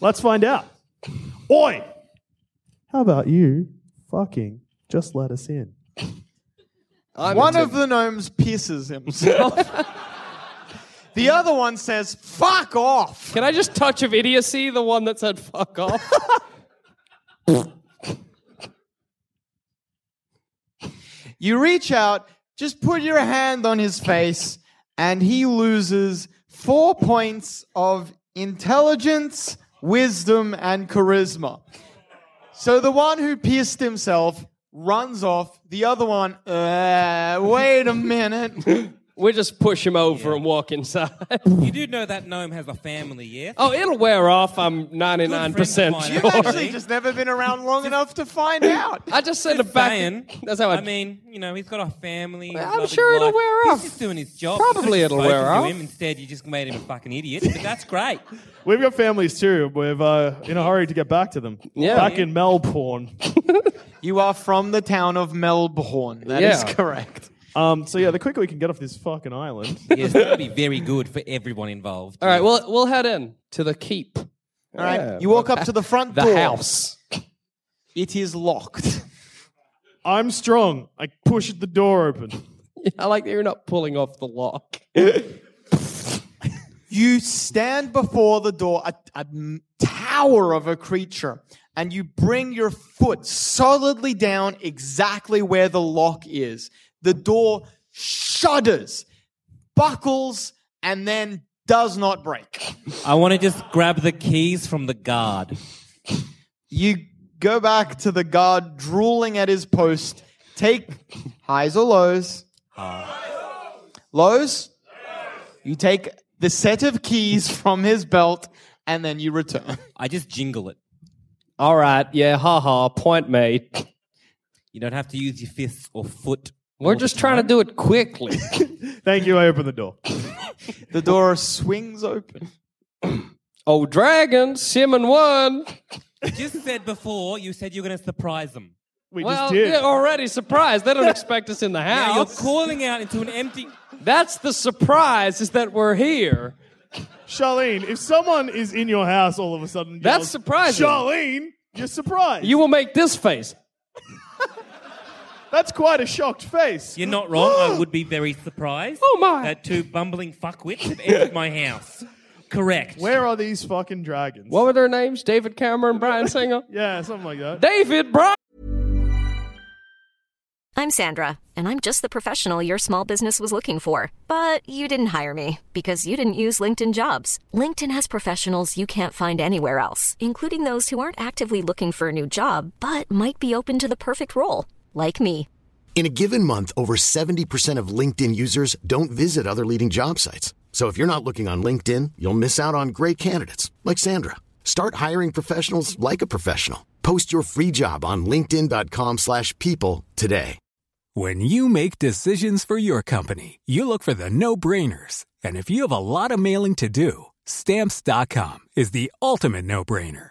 Let's find out. Oi! How about you fucking just let us in?
I'm
One
into-
of the gnomes pisses himself. the other one says, "Fuck off."
Can I just touch of idiocy? The one that said "fuck off."
You reach out, just put your hand on his face, and he loses four points of intelligence, wisdom, and charisma. So the one who pierced himself runs off. The other one, uh, wait a minute.
We just push him over and walk inside.
You do know that gnome has a family, yeah?
oh, it'll wear off. I'm
Good
99%
friend
sure.
of
You've actually just never been around long enough to find out.
I just said a back.
Saying,
That's how I.
I mean, you know, he's got a family. he's
I'm
loving
sure it'll
life.
wear off.
He's just doing his job.
Probably
You could've
it'll
spoken
wear
to
off.
Him. Instead, you just made him a fucking idiot. But that's great.
We've got families too. We're uh, in a hurry to get back to them.
Yeah.
Back in Melbourne.
You are from the town of Melbourne. That is
Yeah.
correct.
Um, so yeah, the quicker we can get off this fucking island.
Yes, that'll be very good for everyone involved.
All right, well, we'll head in to the keep.
All right. You walk up to the front
The
door.
house.
It is locked.
I'm strong. I pushed the door open.
I like that you're not pulling off the lock.
You stand before the door, a, a m- tower of a creature, and you bring your foot solidly down exactly where the lock is. The door shudders, buckles, and then does not break.
I want to just grab the keys from the guard.
You go back to the guard drooling at his post. Take highs or lows? Lows? You take the set of keys from his belt and then you return.
I just jingle it.
All right, yeah, haha, point made.
You don't have to use your fists or foot.
We're just trying to do it quickly.
Thank you. I opened the door.
The door swings open.
oh, dragon, Simon won.
You just said before, you said you were going to surprise them.
We
Well,
just did.
they're already surprised. They don't expect us in the
Now you're
house.
calling out into an empty.
That's the surprise is that we're here.
Charlene, if someone is in your house all of a sudden,
That's
yells,
surprising.
Charlene, you're surprised.
You will make this face.
That's quite a shocked face.
You're not wrong. I would be very surprised.
Oh, my.
That two bumbling fuckwits have entered my house. Correct.
Where are these fucking dragons?
What were their names? David Cameron, Brian Singer.
Yeah, something like that.
David, Brian.
I'm Sandra, and I'm just the professional your small business was looking for. But you didn't hire me because you didn't use LinkedIn jobs. LinkedIn has professionals you can't find anywhere else, including those who aren't actively looking for a new job but might be open to the perfect role, like me.
In a given month, over 70% of LinkedIn users don't visit other leading job sites. So if you're not looking on LinkedIn, you'll miss out on great candidates like Sandra. Start hiring professionals like a professional. Post your free job on linkedin.com/people slash people today.
When you make decisions for your company, you look for the no-brainers. And if you have a lot of mailing to do, stamps.com is the ultimate no-brainer.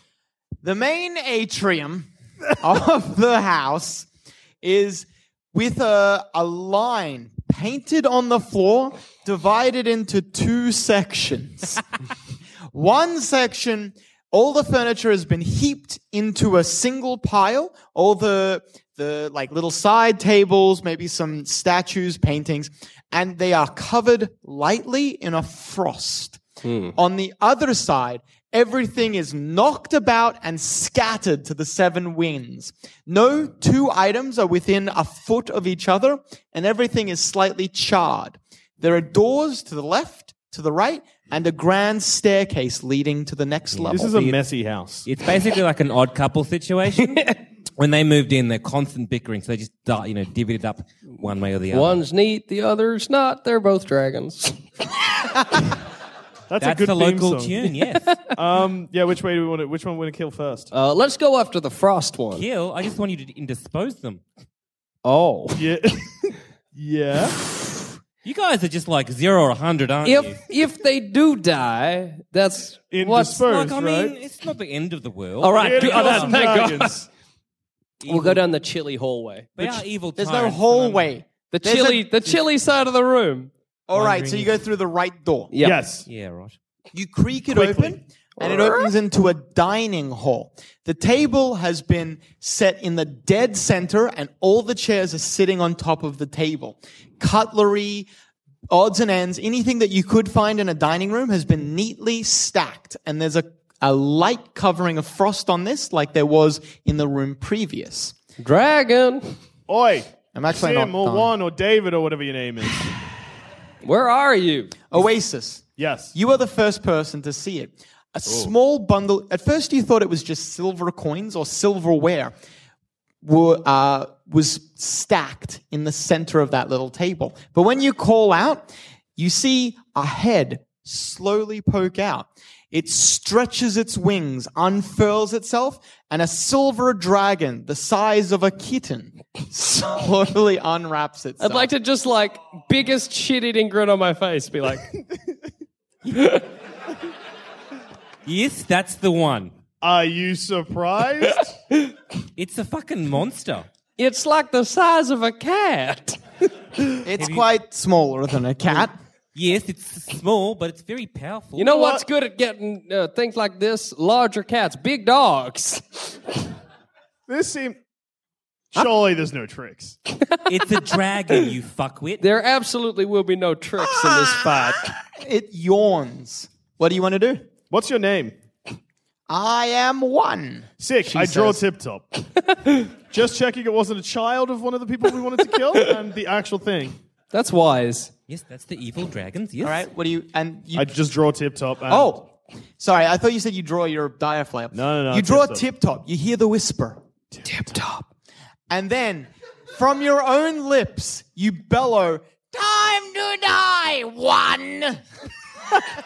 The main atrium of the house is with a, a line painted on the floor divided into two sections. One section, all the furniture has been heaped into a single pile. All the the like little side tables, maybe some statues, paintings, and they are covered lightly in a frost. On the other side, everything is knocked about and scattered to the seven winds. No two items are within a foot of each other, and everything is slightly charred. There are doors to the left, to the right, and a grand staircase leading to the next level.
This is a messy house.
It's basically like an odd couple situation. when they moved in, they're constant bickering, so they just di- you know divvied it up one way or the other.
One's neat, the other's not. They're both dragons.
That's,
That's
a good
the
theme
local
song.
tune, yes.
Um, yeah, which way do we want to? Which one want to kill first?
Uh, let's go after the frost one.
Kill, I just want you to indispose them.
Oh.
yeah, yeah.
You guys are just like zero or a hundred, aren't you?
If if they do die, that's
In
what's
disperse,
Like, I
right?
mean, it's not the end of the world.
all right.
Here to
good- oh,
kill
that's-
some
thank God.
dragons.
We'll go down the chilly hallway.
They are evil
There's no
tyrants, and I'm-
hallway.
The
There's a-
chilly, the chilly side of the room.
All right, so you go through the right door.
Yep.
Yes.
Yeah, right.
You creak it
Quickly.
open, and it opens into a dining hall. The table has been set in the dead center, and all the chairs are sitting on top of the table. Cutlery, odds and ends, anything that you could find in a dining room has been neatly stacked, and there's a, a light covering of frost on this, like there was in the room previous.
Dragon,
Oi,
I'm actually
Tim
not
or
done.
Juan or David or whatever your name is.
where are you?
Oasis.
Yes.
You are the first person to see it. A small bundle. At first, you thought it was just silver coins or silverware. Were, uh, was stacked in the center of that little table. But when you call out, you see a head slowly poke out. It stretches its wings, unfurls itself, and a silver dragon the size of a kitten slowly unwraps itself.
I'd like to just like biggest shit eating grin on my face, be like,
Yes, that's the one.
Are you surprised?
It's a fucking monster.
it's like the size of a cat.
It's quite smaller than a cat.
Yes, it's small, but it's very powerful.
You know what's good at getting uh, things like this? Larger cats, big dogs.
this seem. Surely there's no tricks.
it's a dragon, you fuckwit.
There absolutely will be no tricks in this fight.
It yawns. What do you want to do?
What's your name?
I am one.
Sick. I draw Tip Top. Just checking it wasn't a child of one of the people we wanted to kill and the actual thing.
That's wise.
Yes, that's the evil dragons. Yes.
All right. What do you and you?
I just draw Tip Top. and-
oh, sorry. I thought you said you draw your diaphragm.
No, no, no,
You draw
tip-top.
tip top. You hear the whisper. Tip top. And then, from your own lips, you bellow, "Time to die, one."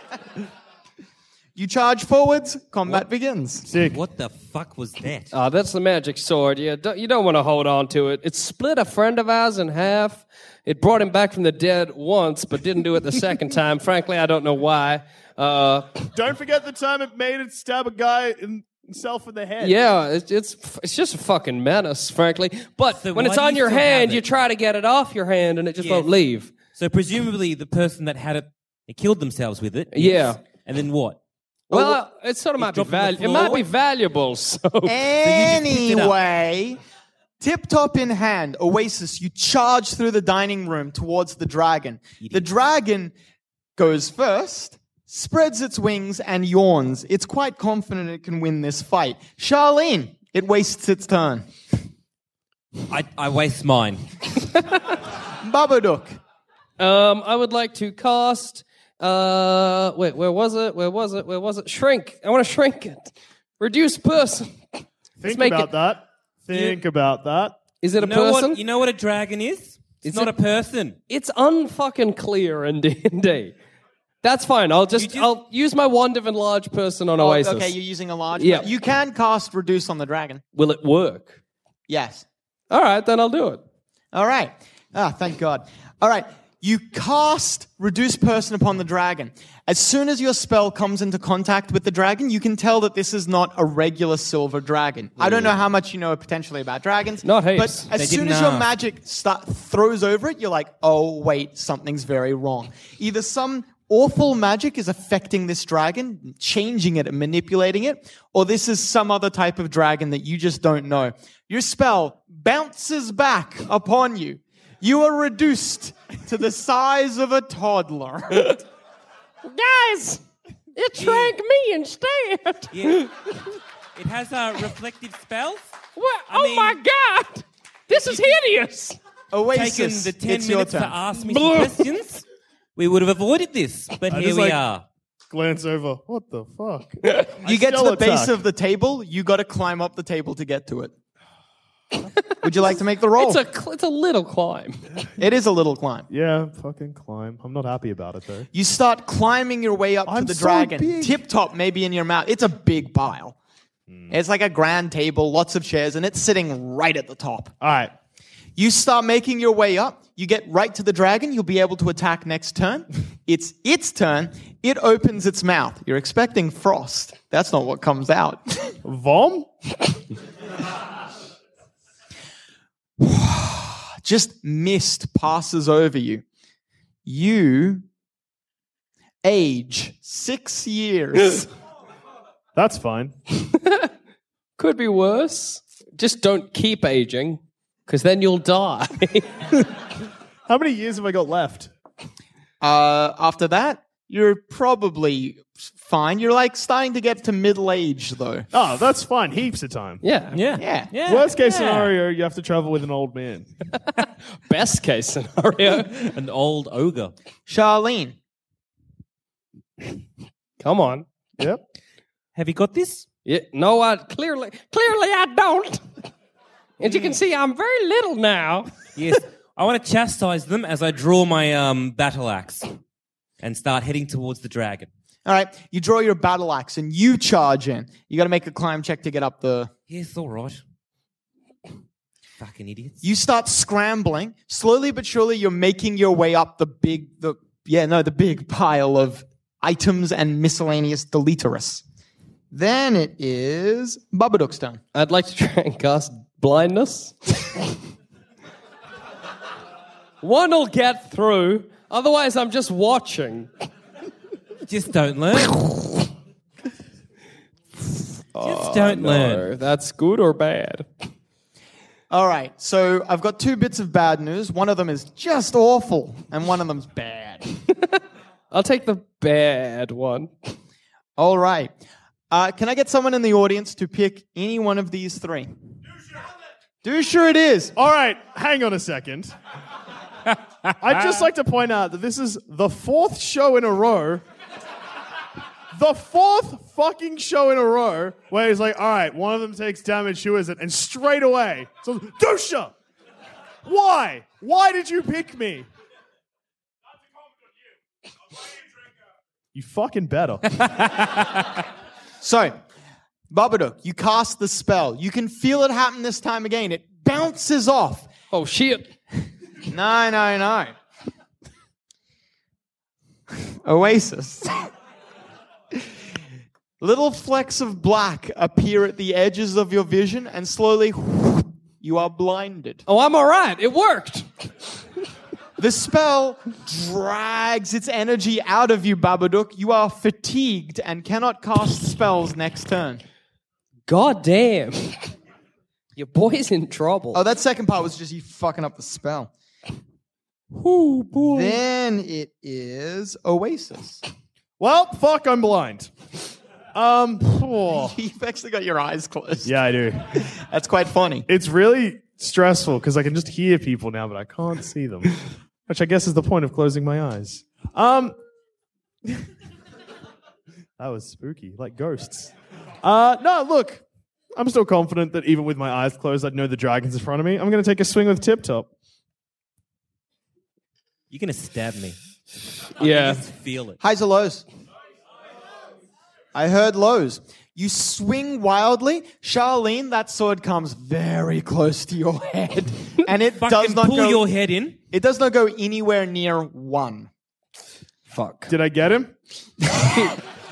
you charge forwards. Combat begins.
Sick.
What the fuck was that?
Ah, that's the magic sword. Yeah, don't, you don't want to hold on to it. It split a friend of ours in half. It brought him back from the dead once, but didn't do it the second time. Frankly, I don't know why. Uh,
Don't forget the time it made it stab a guy in, himself in the head.
yeah, it's, it's it's just a fucking menace, frankly. But
So
when
why
it's
do
on
you
your
still have
hand,
it?
you try to get it off your hand, and it just won't leave.
so presumably the person that had it, they killed themselves with it.
Yeah.
And then what?
Well, it sort of might be
dropped on the
valuable. It might
floor? Eh.
be valuable. So
picked it up.
Anyway, tip top in hand, Oasis, you charge through the dining room towards the dragon. The dragon goes first, spreads its wings, and yawns. It's quite confident it can win this fight. Charlene, it wastes its turn.
I, I waste mine.
Babadook,
Um, I would like to cast. Uh, wait, where was it? Where was it? Where was it? Shrink. I want to shrink it. Reduce person.
Think
make
about
it-
that. Think about that.
Is it a
You know,
person?
what, you know what a dragon is? It's not
it-
a person.
it's unfucking clear in D and D. That's fine. I'll just,
just-
I'll use my wand of enlarge person on
Oh,
Oasis.
Okay, you're using a large.
Yeah.
You can cast reduce on the dragon.
Will it work?
Yes.
All right, then I'll do it.
All right. Ah, thank God. All right. You cast Reduce Person upon the dragon. As soon as your spell comes into contact with the dragon, you can tell that this is not a regular silver dragon. I don't know how much you know potentially about dragons.
Not heaps.
But as
They
soon
didn't
as your
ask.
magic start, throws over it, you're like, oh, wait, something's very wrong. Either some awful magic is affecting this dragon, changing it and manipulating it, or this is some other type of dragon that you just don't know. Your spell bounces back upon you. You are reduced to the size of a toddler.
Guys, it shrank me instead.
Yeah. it has uh, reflective spells.
What? Oh
I mean-
God, this is hideous.
Taken
Oasis,
the 10
it's your
minutes
turn.
to ask me some questions, we would have avoided this. But here
just
we
like-
are.
Glance over. What the fuck?
you get to
still
the base
attack.
of the table. You got to climb up the table to get to it. Would you like to make the
Oh.
roll?
It's a cl- it's a little climb.
it is a little climb.
Yeah, fucking climb. I'm not happy about it though.
You start climbing your way up to
I'm
the
so
dragon.
big.
Tip top, maybe in your mouth. It's a big pile. It's like a grand table, lots of chairs, and it's sitting right at the top.
All right.
You start making your way up. You get right to the dragon. You'll be able to attack next turn. It's its turn. It opens its mouth. You're expecting frost. That's not what comes out.
Vom?
Just mist passes over you. You age six years.
That's fine.
Could be worse. Just don't keep aging, because then you'll die.
How many years have I got left?
uh, after that, you're probably fine. You're like starting to get to middle age, though.
Oh, that's fine. Heaps of time.
yeah.
Yeah.
Yeah.
Yeah.
Worst case
Yeah.
scenario, you have to travel with an old man.
Best case scenario.
An old ogre.
Charlene,
Come on.
yep.
Have you got this?
Yeah, no, I clearly, clearly I don't. As you can see, I'm very little now.
Yes. I want to chastise them as I draw my um, battle axe and start heading towards the dragon.
all right, you draw your battle axe and you charge in. You got to make a climb check to get up the
Yes, all right. Fucking idiots.
you start scrambling slowly but surely you're making your way up the big the yeah no the big pile of items and miscellaneous deleterus then it is Babadook's turn.
I'd like to try and cast blindness. One'll get through. Otherwise, I'm just watching.
Just don't learn. Just don't learn.
No, Oh, that's good or bad.
All right, so I've got two bits of bad news. One of them is just awful, and one of them's bad.
I'll take the bad one.
All right, uh, can I get someone in the audience to pick any one of these three? Do sure it is.
All right, hang on a second. I'd just like to point out that this is the fourth show in a row. The fourth fucking show in a row where he's like, all right, one of them takes damage, who is it? And straight away, so Dusha! Why? Why did you pick me? You fucking better.
So, Babadook, you cast the spell. You can feel it happen this time again. It bounces off.
Oh shit!
No, no, no. Oasis. Little flecks of black appear at the edges of your vision, and slowly you are blinded.
Oh, I'm all right. It worked.
The spell drags its energy out of you, Babadook. You are fatigued and cannot cast spells next turn.
God damn. Your boy's in trouble.
Oh, that second part was just you fucking up the spell.
Ooh, boy.
Then it is Oasis.
well, fuck, I'm blind. Um, oh.
You've actually got your eyes closed.
yeah, I do.
That's quite funny.
it's really stressful because I can just hear people now, but I can't see them, which I guess is the point of closing my eyes. Um, that was spooky, like ghosts. Uh, no, look, I'm still confident that even with my eyes closed, I'd know the dragons in front of me. I'm going to take a swing with Tip Top.
You're going to stab me.
yeah.
Feel it.
Highs or lows? I heard lows. You swing wildly. Charlene, that sword comes very close to your head. And it does
Fucking
not
pull
go,
your head in.
it does not go anywhere near one.
Fuck.
Did I get him?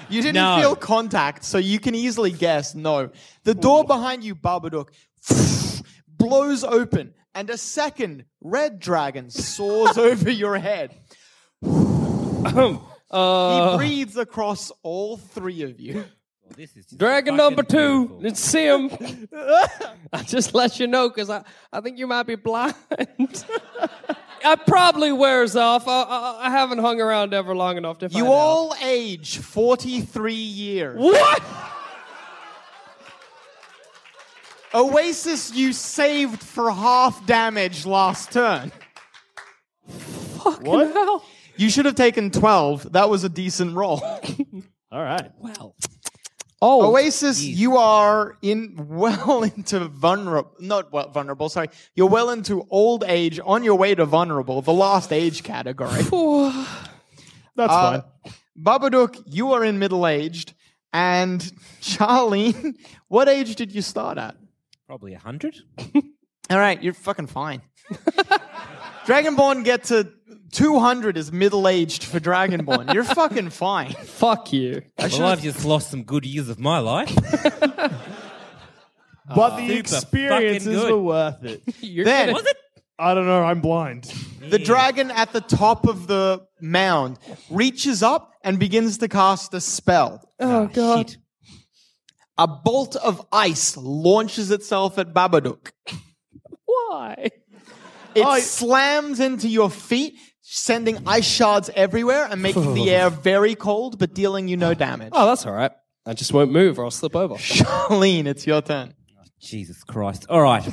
You didn't
No.
feel contact, so you can easily guess no. The door behind you, Babadook, blows open, and a second red dragon soars over your head.
Oh, uh.
he breathes across all three of you.
This is just
Dragon
fucking
number two.
beautiful.
It's Sim. I just let you know because I, I think you might be blind. it probably wears off. I, I, I haven't hung around ever long enough to find
You
out.
all age 43 years.
What?
Oasis, you saved for half damage last turn.
What? Hell?
You should have taken 12. That was a decent roll.
All right.
Well, Oh,
Oasis, you are in well into vulnerable, not well, vulnerable, sorry. You're well into old age, on your way to vulnerable, the last age category.
That's
Uh,
fine.
Babadook, you are in middle aged. And Charlene, what age did you start at?
Probably 100.
All right, you're fucking fine. Dragonborn get to 200 is middle aged for Dragonborn. You're fucking fine.
fuck you.
Well, I've just lost some good years of my life.
But the
super fucking
experiences
good.
were worth it.
You're
Then-
gonna-
Was
I don't know. I'm blind.
The dragon at the top of the mound reaches up and begins to cast a spell.
Ah,
oh god.
A bolt of ice launches itself at Babadook.
Why?
It
I-
slams into your feet, sending ice shards everywhere and making the air very cold, but dealing you no damage.
Oh, that's all right. I just won't move or I'll slip over.
Charlene, it's your turn.
Jesus Christ. All right.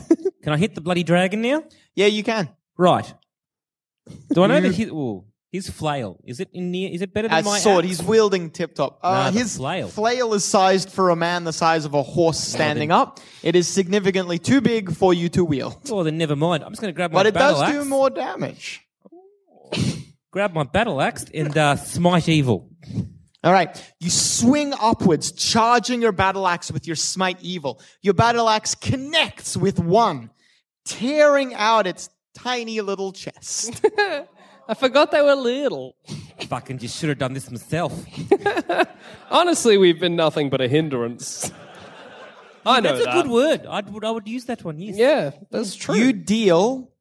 Can I hit the bloody dragon now?
Yeah, you can.
Right. Do I know that his, ooh, his flail, is it in near, is it better than
As
my
sword,
axe?
he's wielding tip top. Uh,
Nah, the
his
flail.
is sized for a man the size of a horse standing up. It is significantly too big for you to wield,
Oh, then never mind. I'm just going to grab my
but it
battle
does
axe.
do more damage.
Grab my battle axe and uh, smite evil.
All right. You swing upwards, charging your battle axe with your smite evil. Your battle axe connects with one, tearing out its tiny little chest.
I forgot they were little.
Fucking just should have done this myself.
Honestly, we've been nothing but a hindrance. I know
That's
that.
a good word. I'd, would, I would use that one, yes.
Yeah, that's true.
you deal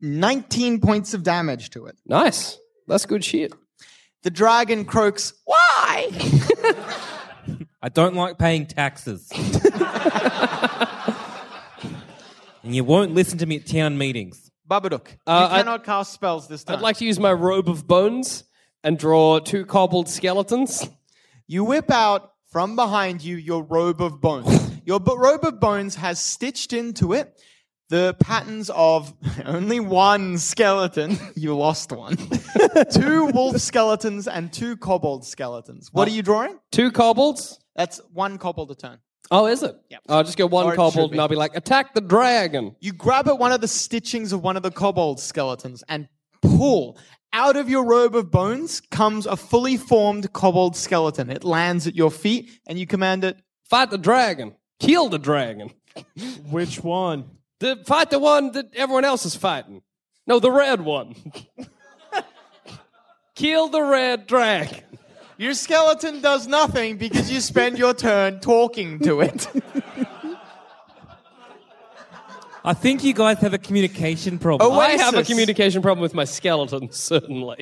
19 points of damage to it.
Nice. That's good shit.
The dragon croaks, Why?
I don't like paying taxes. and you won't listen to me at town meetings.
Babadook,
Uh,
you
I-
cannot cast spells this time.
I'd like to use my robe of bones and draw two cobbled skeletons.
You whip out from behind you your robe of bones. Your b- robe of bones has stitched into it the patterns of only one skeleton. You lost one. two wolf skeletons and two kobold skeletons. What are you drawing?
Two kobolds?
That's one kobold a turn.
Oh, is it?
Yep.
I'll just go one
Or it should
kobold
be.
and I'll be like, attack the dragon.
You grab at one of the stitchings of one of the kobold skeletons and pull. Out of your robe of bones comes a fully formed kobold skeleton. It lands at your feet and you command it
Fight the dragon. Kill the dragon.
Which one?
The, fight the one that everyone else is fighting. No, the red one. Kill the red dragon.
Your skeleton does nothing because you spend your turn talking to it.
I think you guys have a communication problem.
Oh, wait.
I have a
Oasis.
communication problem with my skeleton, certainly.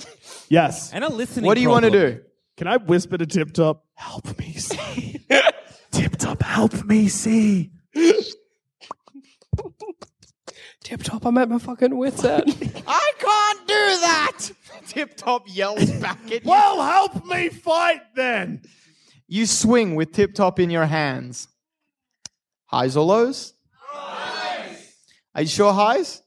Yes.
And a listening
what do you want to do?
Can I whisper to Tip Top? Help me see. Tip Top, help me see.
Tip top, I'm at my fucking wits end.
I can't do that! Tip Top yells back at you.
Well, help me fight then.
You swing with Tip Top in your hands. Highs or lows? Are you sure highs?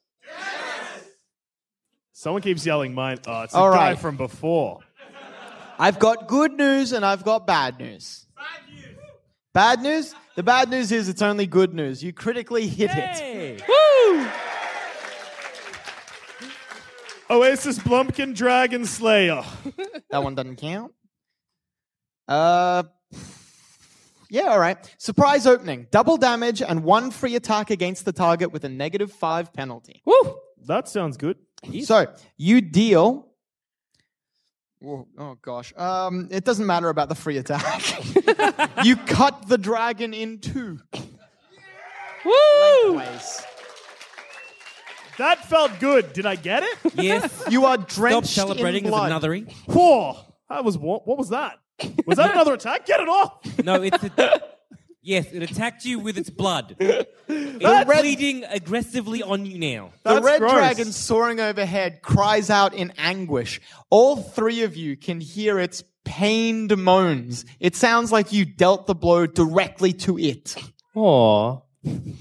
Someone keeps yelling mine. Oh, it's the
All
guy
right.
from before.
I've got good news and I've got bad news. Bad news? The bad news is it's only good news. You critically hit it.
Oasis Blumpkin Dragon Slayer.
That one doesn't count. Uh, yeah, all right. Surprise opening. Double damage and one free attack against the target with a negative five penalty.
Woo!
That sounds good.
So you deal. Oh, oh gosh. Um, it doesn't matter about the free attack. you cut the dragon in two.
Woo!
ways.
That felt good. Did I get it?
Yes.
You are
Stop
drenched
celebrating
in
is
blood.
another.
Whoa. That was what? What was that? Was that another attack? Get it off.
No, it's a, yes, it attacked you with its blood. It's
red-
bleeding aggressively on you now.
The
That's
red
gross.
dragon soaring overhead cries out in anguish. All three of you can hear its pained moans. It sounds like you dealt the blow directly to it.
Aww.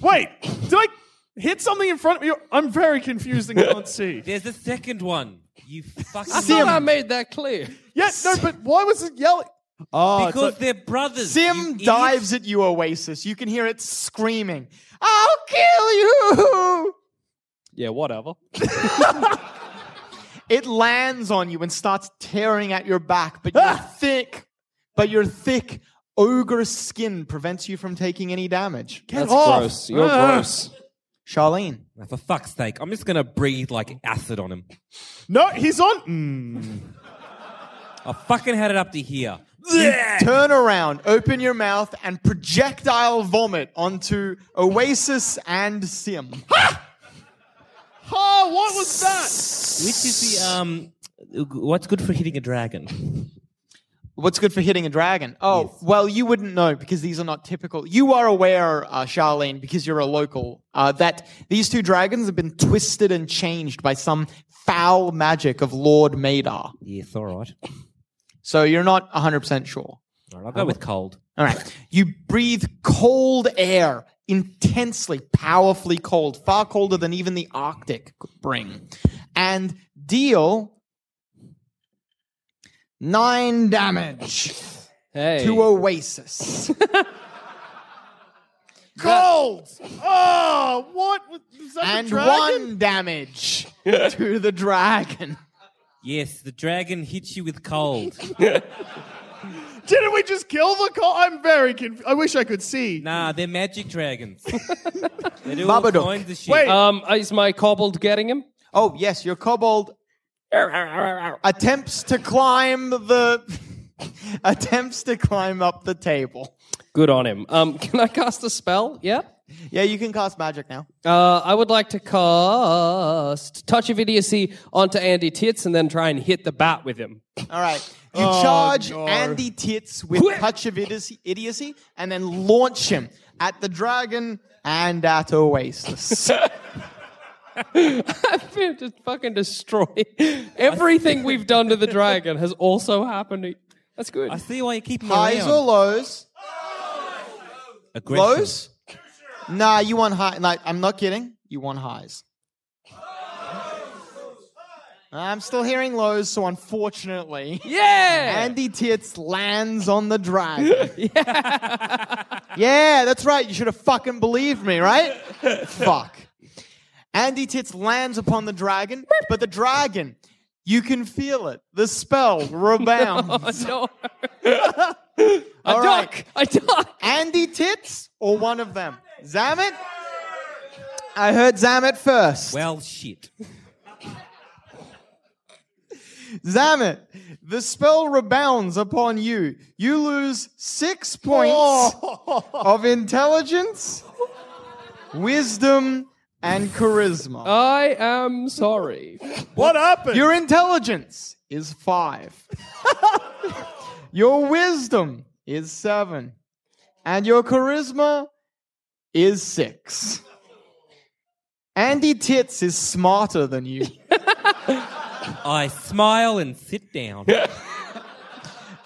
Wait. Did I hit something in front of me? I'm very confused and can't see.
There's a second one. You fucking.
I thought I made that clear.
Yeah, no, but why was it yelling? Oh, it's
because
like-
they're brothers. you
Sim
idiot.
dives at you, Oasis. You can hear it screaming, I'll kill you!
Yeah, whatever.
It lands on you and starts tearing at your back, but your
Ah!
thick, but your thick ogre skin prevents you from taking any damage.
That's
off.
gross. You're
Ah.
gross.
Charlene.
Now, for fuck's sake, I'm just gonna breathe like acid on him.
no, he's on. Mm.
I fucking had it up to here.
Turn around, open your mouth, and projectile vomit onto Oasis and Sim.
Oh, what was that?
Which is the um, what's good for hitting a dragon?
What's good for hitting a dragon? Oh, well, you wouldn't know because these are not typical. You are aware, uh, Charlene, because you're a local, uh, that these two dragons have been twisted and changed by some foul magic of Lord Madar.
Yes, all right.
So you're not 100% sure.
All right, I'll go with cold.
All right. You breathe cold air, intensely, powerfully cold, far colder than even the Arctic could bring, and deal nine damage
Hey.
to Oasis.
Gold. Oh, what was is that?
and
the dragon?
one damage to the dragon.
Yes, the dragon hits you with cold.
Didn't we just kill the call? I'm very confused. I wish I could see.
nah, they're magic dragons. they do all
Babadook.
kinds of shit.
Wait.
Um, is my kobold getting him?
Oh, yes, your kobold attempts to climb the attempts to climb up the table.
Good on him. Um, can I cast a spell? Yeah.
Yeah, you can cast magic now.
Uh, I would like to cast Touch of Idiocy onto Andy Tits and then try and hit the bat with him.
All right. You charge
no.
Andy Tits with touch of idiocy, idiocy and then launch him at the dragon and at Oasis.
I've been just fucking destroyed. Everything we've done to the dragon has also happened. To... That's good.
I see why you keep them
highs
around.
or lows?
Aggression.
Lows? Nah, you want high. Like, I'm not kidding. You want highs. I'm still hearing lows, so unfortunately,
yeah.
Andy Tits lands on the dragon. yeah. yeah, that's right. You should have fucking believed me, right? Fuck. Andy Tits lands upon the dragon, but the dragon, you can feel it. The spell rebounds.
No. I
All right.
duck. I duck.
Andy Tits or one of them? Zamet? I heard Zamet first.
Well, shit.
Zamet, the spell rebounds upon you. You lose six points of intelligence, wisdom, and charisma.
I am sorry.
What happened?
Your intelligence is five. your wisdom is seven. And your charisma is six. Andy Tits is smarter than you.
I smile and sit down.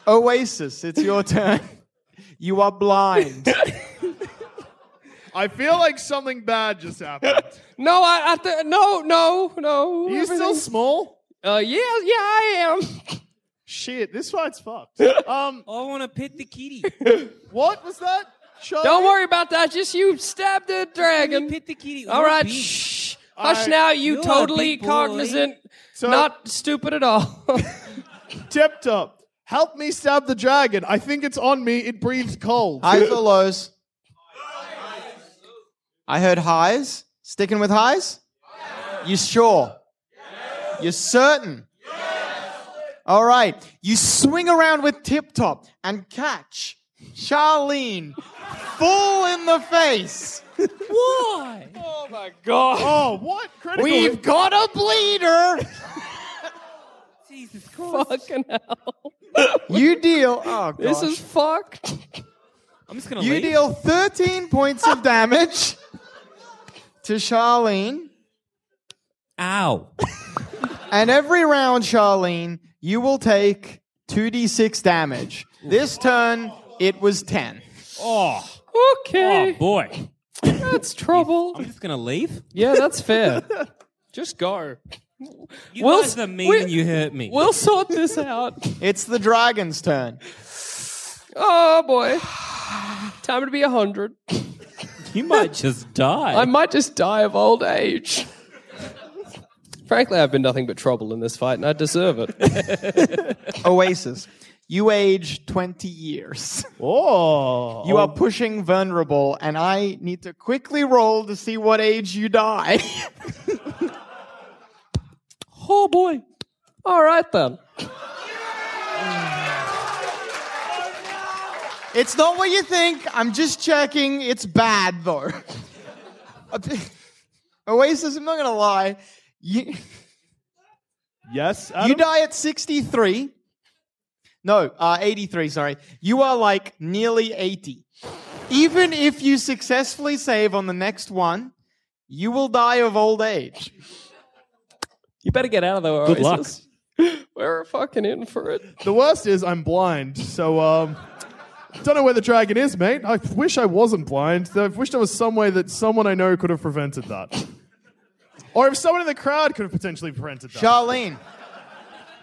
Oasis, it's your turn. You are blind.
I feel like something bad just happened.
No, I, I th- no, no, no.
you still
Everything-
small?
Uh, yeah, yeah, I am.
Shit, this fight's fucked. Um,
I want to pet the kitty.
what was that? Charlie?
Don't worry about that. Just you stabbed the dragon.
pet the kitty.
All
You're a
right. Shh.
bitch.
Hush
right.
now, you
You're a
totally
big boy.
cognizant,
So-
not stupid at all.
Tip top. Help me stab the dragon. I think it's on me. It breathes cold.
Highs or lows? I heard highs. Sticking with highs? You sure? You're certain? All right. You swing around with Tip Top and catch Charlene full in the face.
Why? Oh my god.
oh, what? Critical.
We've got a bleeder.
Jesus Christ.
Fucking hell.
You deal. Oh, gosh.
This is fucked.
I'm just going to
You
leave.
deal 13 points of damage to Charlene.
Ow.
And every round, Charlene, you will take 2d6 damage. This turn, it was 10.
Oh, oh
Okay.
boy.
That's trouble.
I'm just going to leave.
Yeah, that's fair. Just go.
You
Well,
guys are
s-
mean
we-
and you hurt me.
We'll sort this out.
It's the dragon's turn.
Oh boy. Time to be a hundred.
You might just die.
I might just die of old age. Frankly, I've been nothing but trouble in this fight, and I deserve it.
Oasis. You age 20 years.
Oh.
You are pushing vulnerable, and I need to quickly roll to see what age you die.
oh boy. All right then.
it's not what you think. I'm just checking. It's bad, though. Oasis, I'm not going to lie. You,
yes.
you
Adam?
die at 63. No, uh, 83, sorry. You are like nearly 80. Even if you successfully save on the next one, you will die of old age.
You better get out of there.
Good luck.
Oasis. We're fucking in for it.
The worst is I'm blind, so um, don't know where the dragon is, mate. I wish I wasn't blind. I wish there was some way that someone I know could have prevented that, or if someone in the crowd could have potentially prevented that.
Charlene.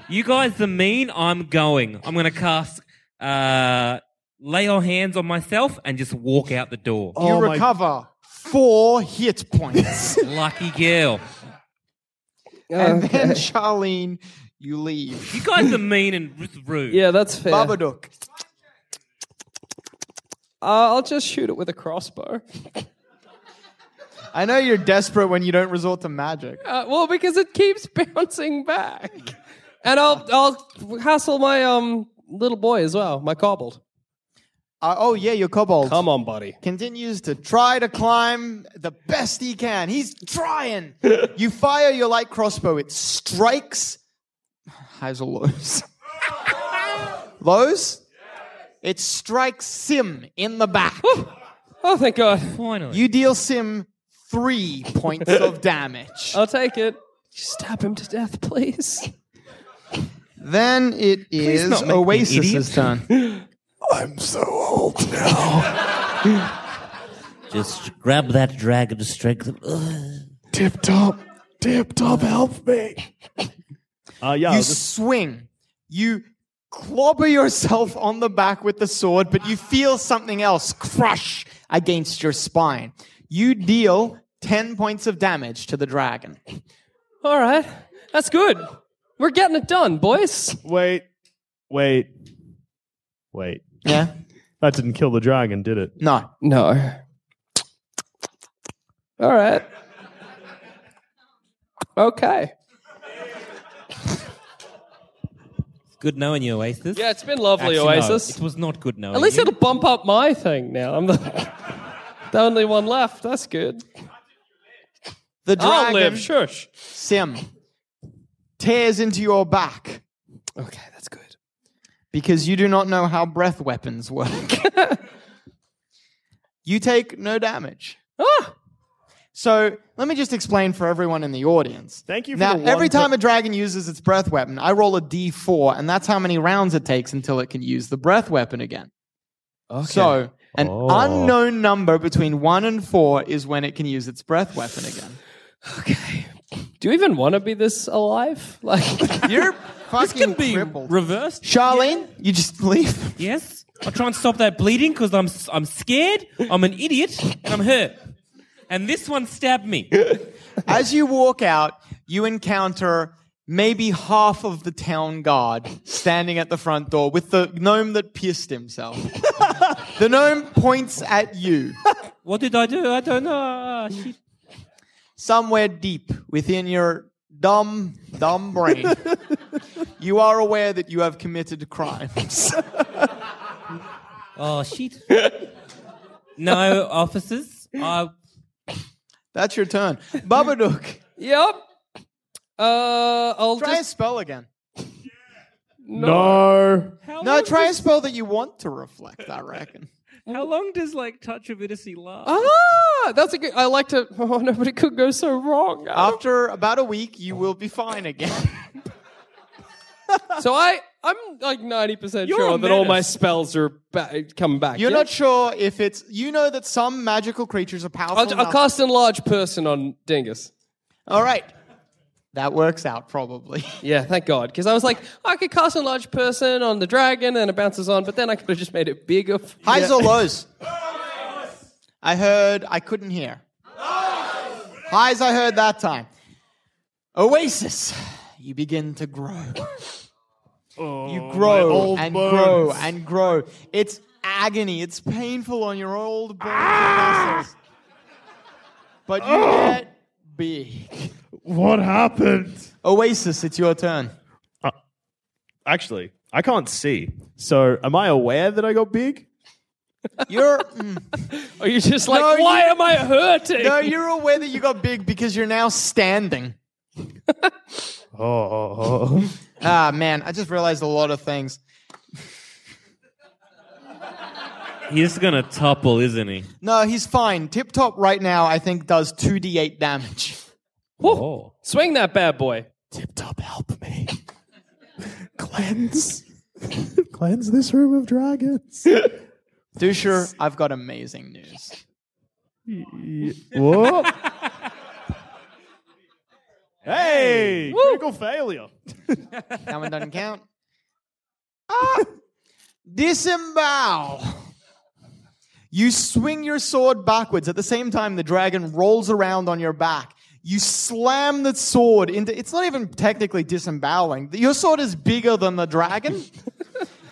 You guys the mean, I'm going. I'm going to cast uh, lay your hands on myself and just walk out the door.
You
Oh my-
recover four hit points.
Lucky girl.
and then, Charlene, you leave.
You guys are mean and r- rude.
Yeah, that's fair. Uh,
Babadook.
I'll just shoot it with a crossbow.
I know you're desperate when you don't resort to magic.
Uh, well, because it keeps bouncing back, and I'll I'll hassle my um little boy as well, my cobbled.
Uh, oh, yeah, your kobold.
Come on, buddy.
continues to try to climb the best he can. He's trying. you fire your light crossbow. It strikes. Highs or lows? lows? It strikes Sim in the back.
Oh, thank God.
Finally.
you deal Sim three points of damage.
Uh,
I'll take it. Stab him to death, please.
Then it is
not make me an
Oasis's turn.
Just grab that dragon strength.
Tip top, tip top, help me. Uh, yeah, I'll
You
just-
swing. You clobber yourself on the back with the sword, but you feel something else crush against your spine. You deal 10 points of damage to the dragon.
All right, that's good. We're getting it done, boys.
wait, wait, wait.
Yeah?
That didn't kill the dragon, did it?
No.
No. All right. Okay.
Good knowing you, Oasis.
Yeah, it's been lovely,
Actually, no,
Oasis.
it was not good knowing
At least
you.
it'll bump up my thing now. I'm the, the only one left. That's good.
The dragon,
I'll live. Shush.
Sim, tears into your back
Okay, that's good.
because you do not know how breath weapons work. you take no damage.
Ah,
So let me just explain for everyone in the audience.
Thank you for
now,
the one
every time
per-
a dragon uses its breath weapon, I roll a d4, and that's how many rounds it takes until it can use the breath weapon again. So, an
Oh.
unknown number between one and four is when it can use its breath weapon again.
okay. Do you even want to be this alive? Like,
You're
This
fucking
can be
crippled.
reversed.
Charlene, you just leave.
Yes. I'll try and stop that bleeding because I'm, s- I'm scared, I'm an idiot, and I'm hurt. And this one stabbed me.
As you walk out, you encounter maybe half of the town guard standing at the front door with the gnome that pierced himself. the gnome points at you.
What did I do? I don't know. Ah, shit.
somewhere deep within your dumb, dumb brain, you are aware that you have committed crimes.
Oh, shit. no, officers. I
That's your turn. Babadook,
yep. Uh, I'll
try a
just
spell again.
No.
No, try a spell that you want to reflect, I reckon.
How long does like touch of idiocy last?
ah. That's a good. I like to. Oh no, but it could go so wrong.
After about a week, you will be fine again.
so I, I'm like ninety percent
You're
sure
a
that all my
menace.
spells are ba- coming back.
You're
yeah?
not sure if it's. You know that some
Oh,
magical creatures are powerful.
I'll, I'll
enough-
cast enlarge person on Dingus.
All right. That works out probably.
Yeah, thank God. Because I was like, I could cast a large person on the dragon and it bounces on, but then I could have just made it bigger.
Highs or lows? I heard, I couldn't hear. Highs I heard that time. Oasis, you begin to grow. you grow
Oh, old
and
bones.
grow and grow. It's agony, it's painful on your old bones
Ah!
and muscles. But you
Oh!
get big.
What happened?
Oasis, it's your turn.
Actually, I can't see. So, am I aware that I got big?
You're mm,
Or you're just like,
No,
why
you-
am I hurting?
no, you're aware that you got big because you're now standing.
Oh,
Ah man, I just realized a lot of things.
He's gonna topple, isn't he?
No, he's fine. Tip top right now, I think, does 2d8 damage.
Woo. Swing that bad boy.
tip top, help me. Cleanse. Cleanse this room of dragons.
Dusher, I've got amazing news.
Whoa. Hey! Critical failure.
That one doesn't count. Ah! Disembowel. You swing your sword backwards. At the same time, the dragon rolls around on your back. You slam the sword into. It's not even technically disemboweling. Your sword is bigger than the dragon.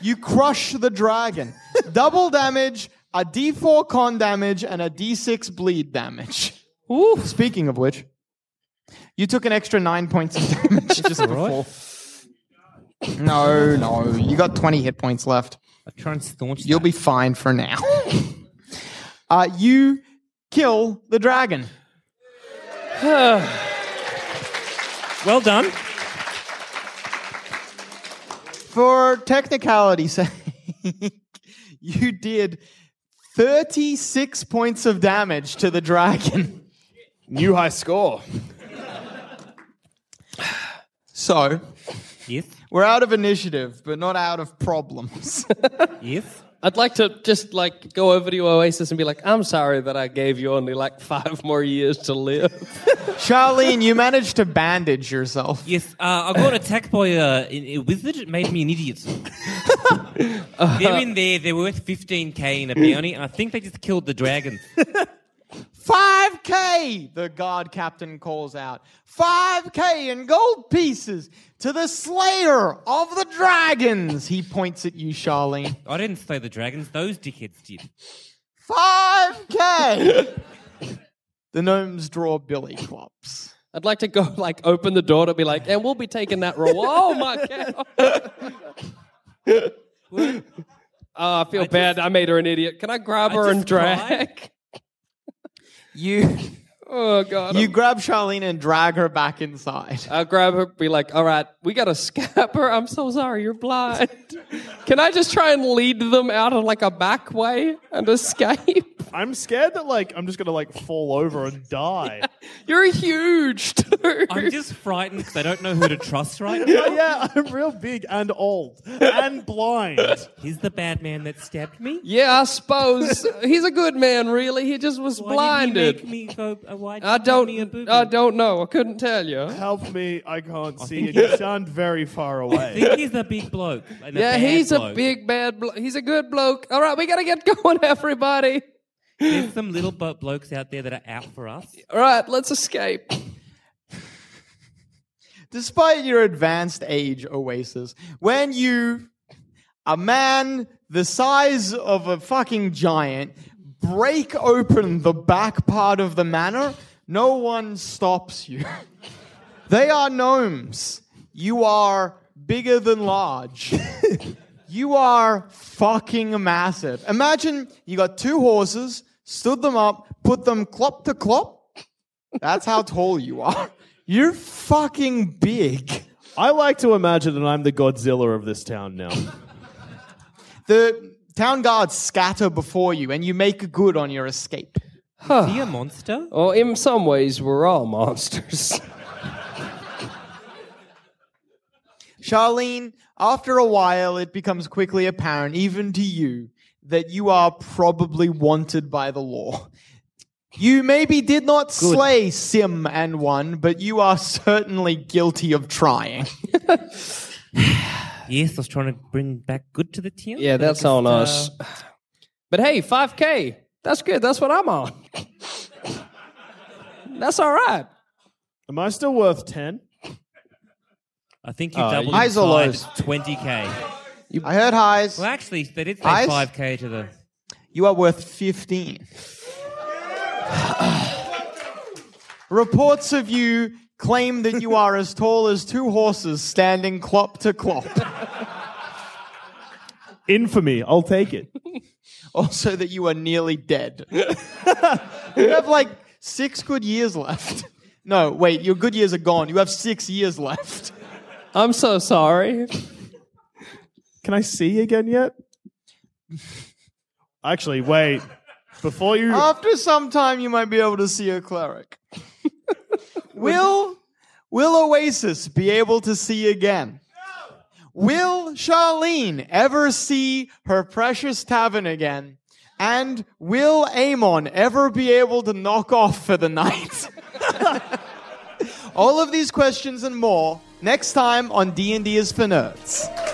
you crush the dragon. Double damage, a d4 con damage, and a d6 bleed damage. Speaking of which, you took an extra nine points of damage just before. No, no. You got 20 hit points left.
I try and staunch
You'll be fine for now. uh, you kill the dragon.
Well done.
For technicality sake, you did 36 points of damage to the dragon.
New high score.
So,
Yes.
we're out of initiative, but not out of problems.
Yes.
I'd like to just like go over to Oasis and be like, I'm sorry that I gave you only like five more years to live.
Charlene, you managed to bandage yourself.
Yes. Uh, I got attacked by a, a wizard. It made me an idiot. They're in there. They're worth 15k in a bounty, and I think they just killed the dragons.
5K, the guard captain calls out. 5K in gold pieces to the slayer of the dragons. He points at you, Charlene.
I didn't slay the dragons. Those dickheads did.
5K. the gnomes draw billy clubs.
I'd like to go like open the door to be like, and we'll be taking that roll. oh my god. Oh, I feel bad. I made her an idiot. Can I grab her and
just cried.
drag?
You
oh god.
you
I'm-
grab Charlene and drag her back inside.
I'll grab her, be like, all right, we got to scab her. I'm so sorry, you're blind. Can I just try and lead them out of like a back way and escape?
I'm scared that like I'm just gonna like fall over and die.
You're huge, dude.
I'm just frightened because I don't know who to trust right now.
But yeah, I'm real big and old and blind.
He's the bad man that stabbed me.
Yeah, I suppose he's a good man. Really, he just was
Why did he
blinded.
make me go? Uh, why did
I
he give Me a
don't.
boo-boo?
I don't know. I couldn't tell you.
Help me, I can't see. And you sound very far
I
away.
think he's a big bloke. and a
Yeah,
bad
he's a
bloke.
big bad. Blo- he's a good bloke. All right, we gotta get going, everybody.
There's some little bo- blokes out there that are out for us.
All right, let's escape.
despite your advanced age, Oasis, when you, a man the size of a fucking giant, break open the back part of the manor, no one stops you. they are gnomes. You are bigger than large. you are fucking massive. Imagine you got two horses, stood them up, put them clop to clop. That's how tall you are. You're fucking big.
I like to imagine that I'm the Godzilla of this town now.
The town guards scatter before you, and you make good on your escape.
Is he a monster?
Well, in some ways, we're all monsters.
Charlene, after a while, it becomes quickly apparent, even to you, that you are probably wanted by the law. You maybe did not slay Sim and one, but you are certainly guilty of trying.
Yes, I was trying to bring back good to the team.
Yeah,
but I
that's on us.
just, uh,
But hey, 5K. That's good. That's what I'm on. that's all right.
Am I still worth 10?
I think you doubled
Oh, highs
highs
or
or
lows?
Twenty k.
I heard highs.
Well, actually, they did say
Highs?
five k to the.
You are worth 15. Reports of you claim that you are as tall as two horses standing clop to clop.
Infamy. I'll take it.
Also, that you are nearly dead. you have like six good years left. No, wait, your good years are gone. You have six years left.
I'm so sorry.
Can I see you again yet? Actually, wait. Before you.
After some time, you might be able to see a cleric. will Will Oasis be able to see again? Will Charlene ever see her precious tavern again? And will Amon ever be able to knock off for the night? All of these questions and more next time on D&D is for Nerds.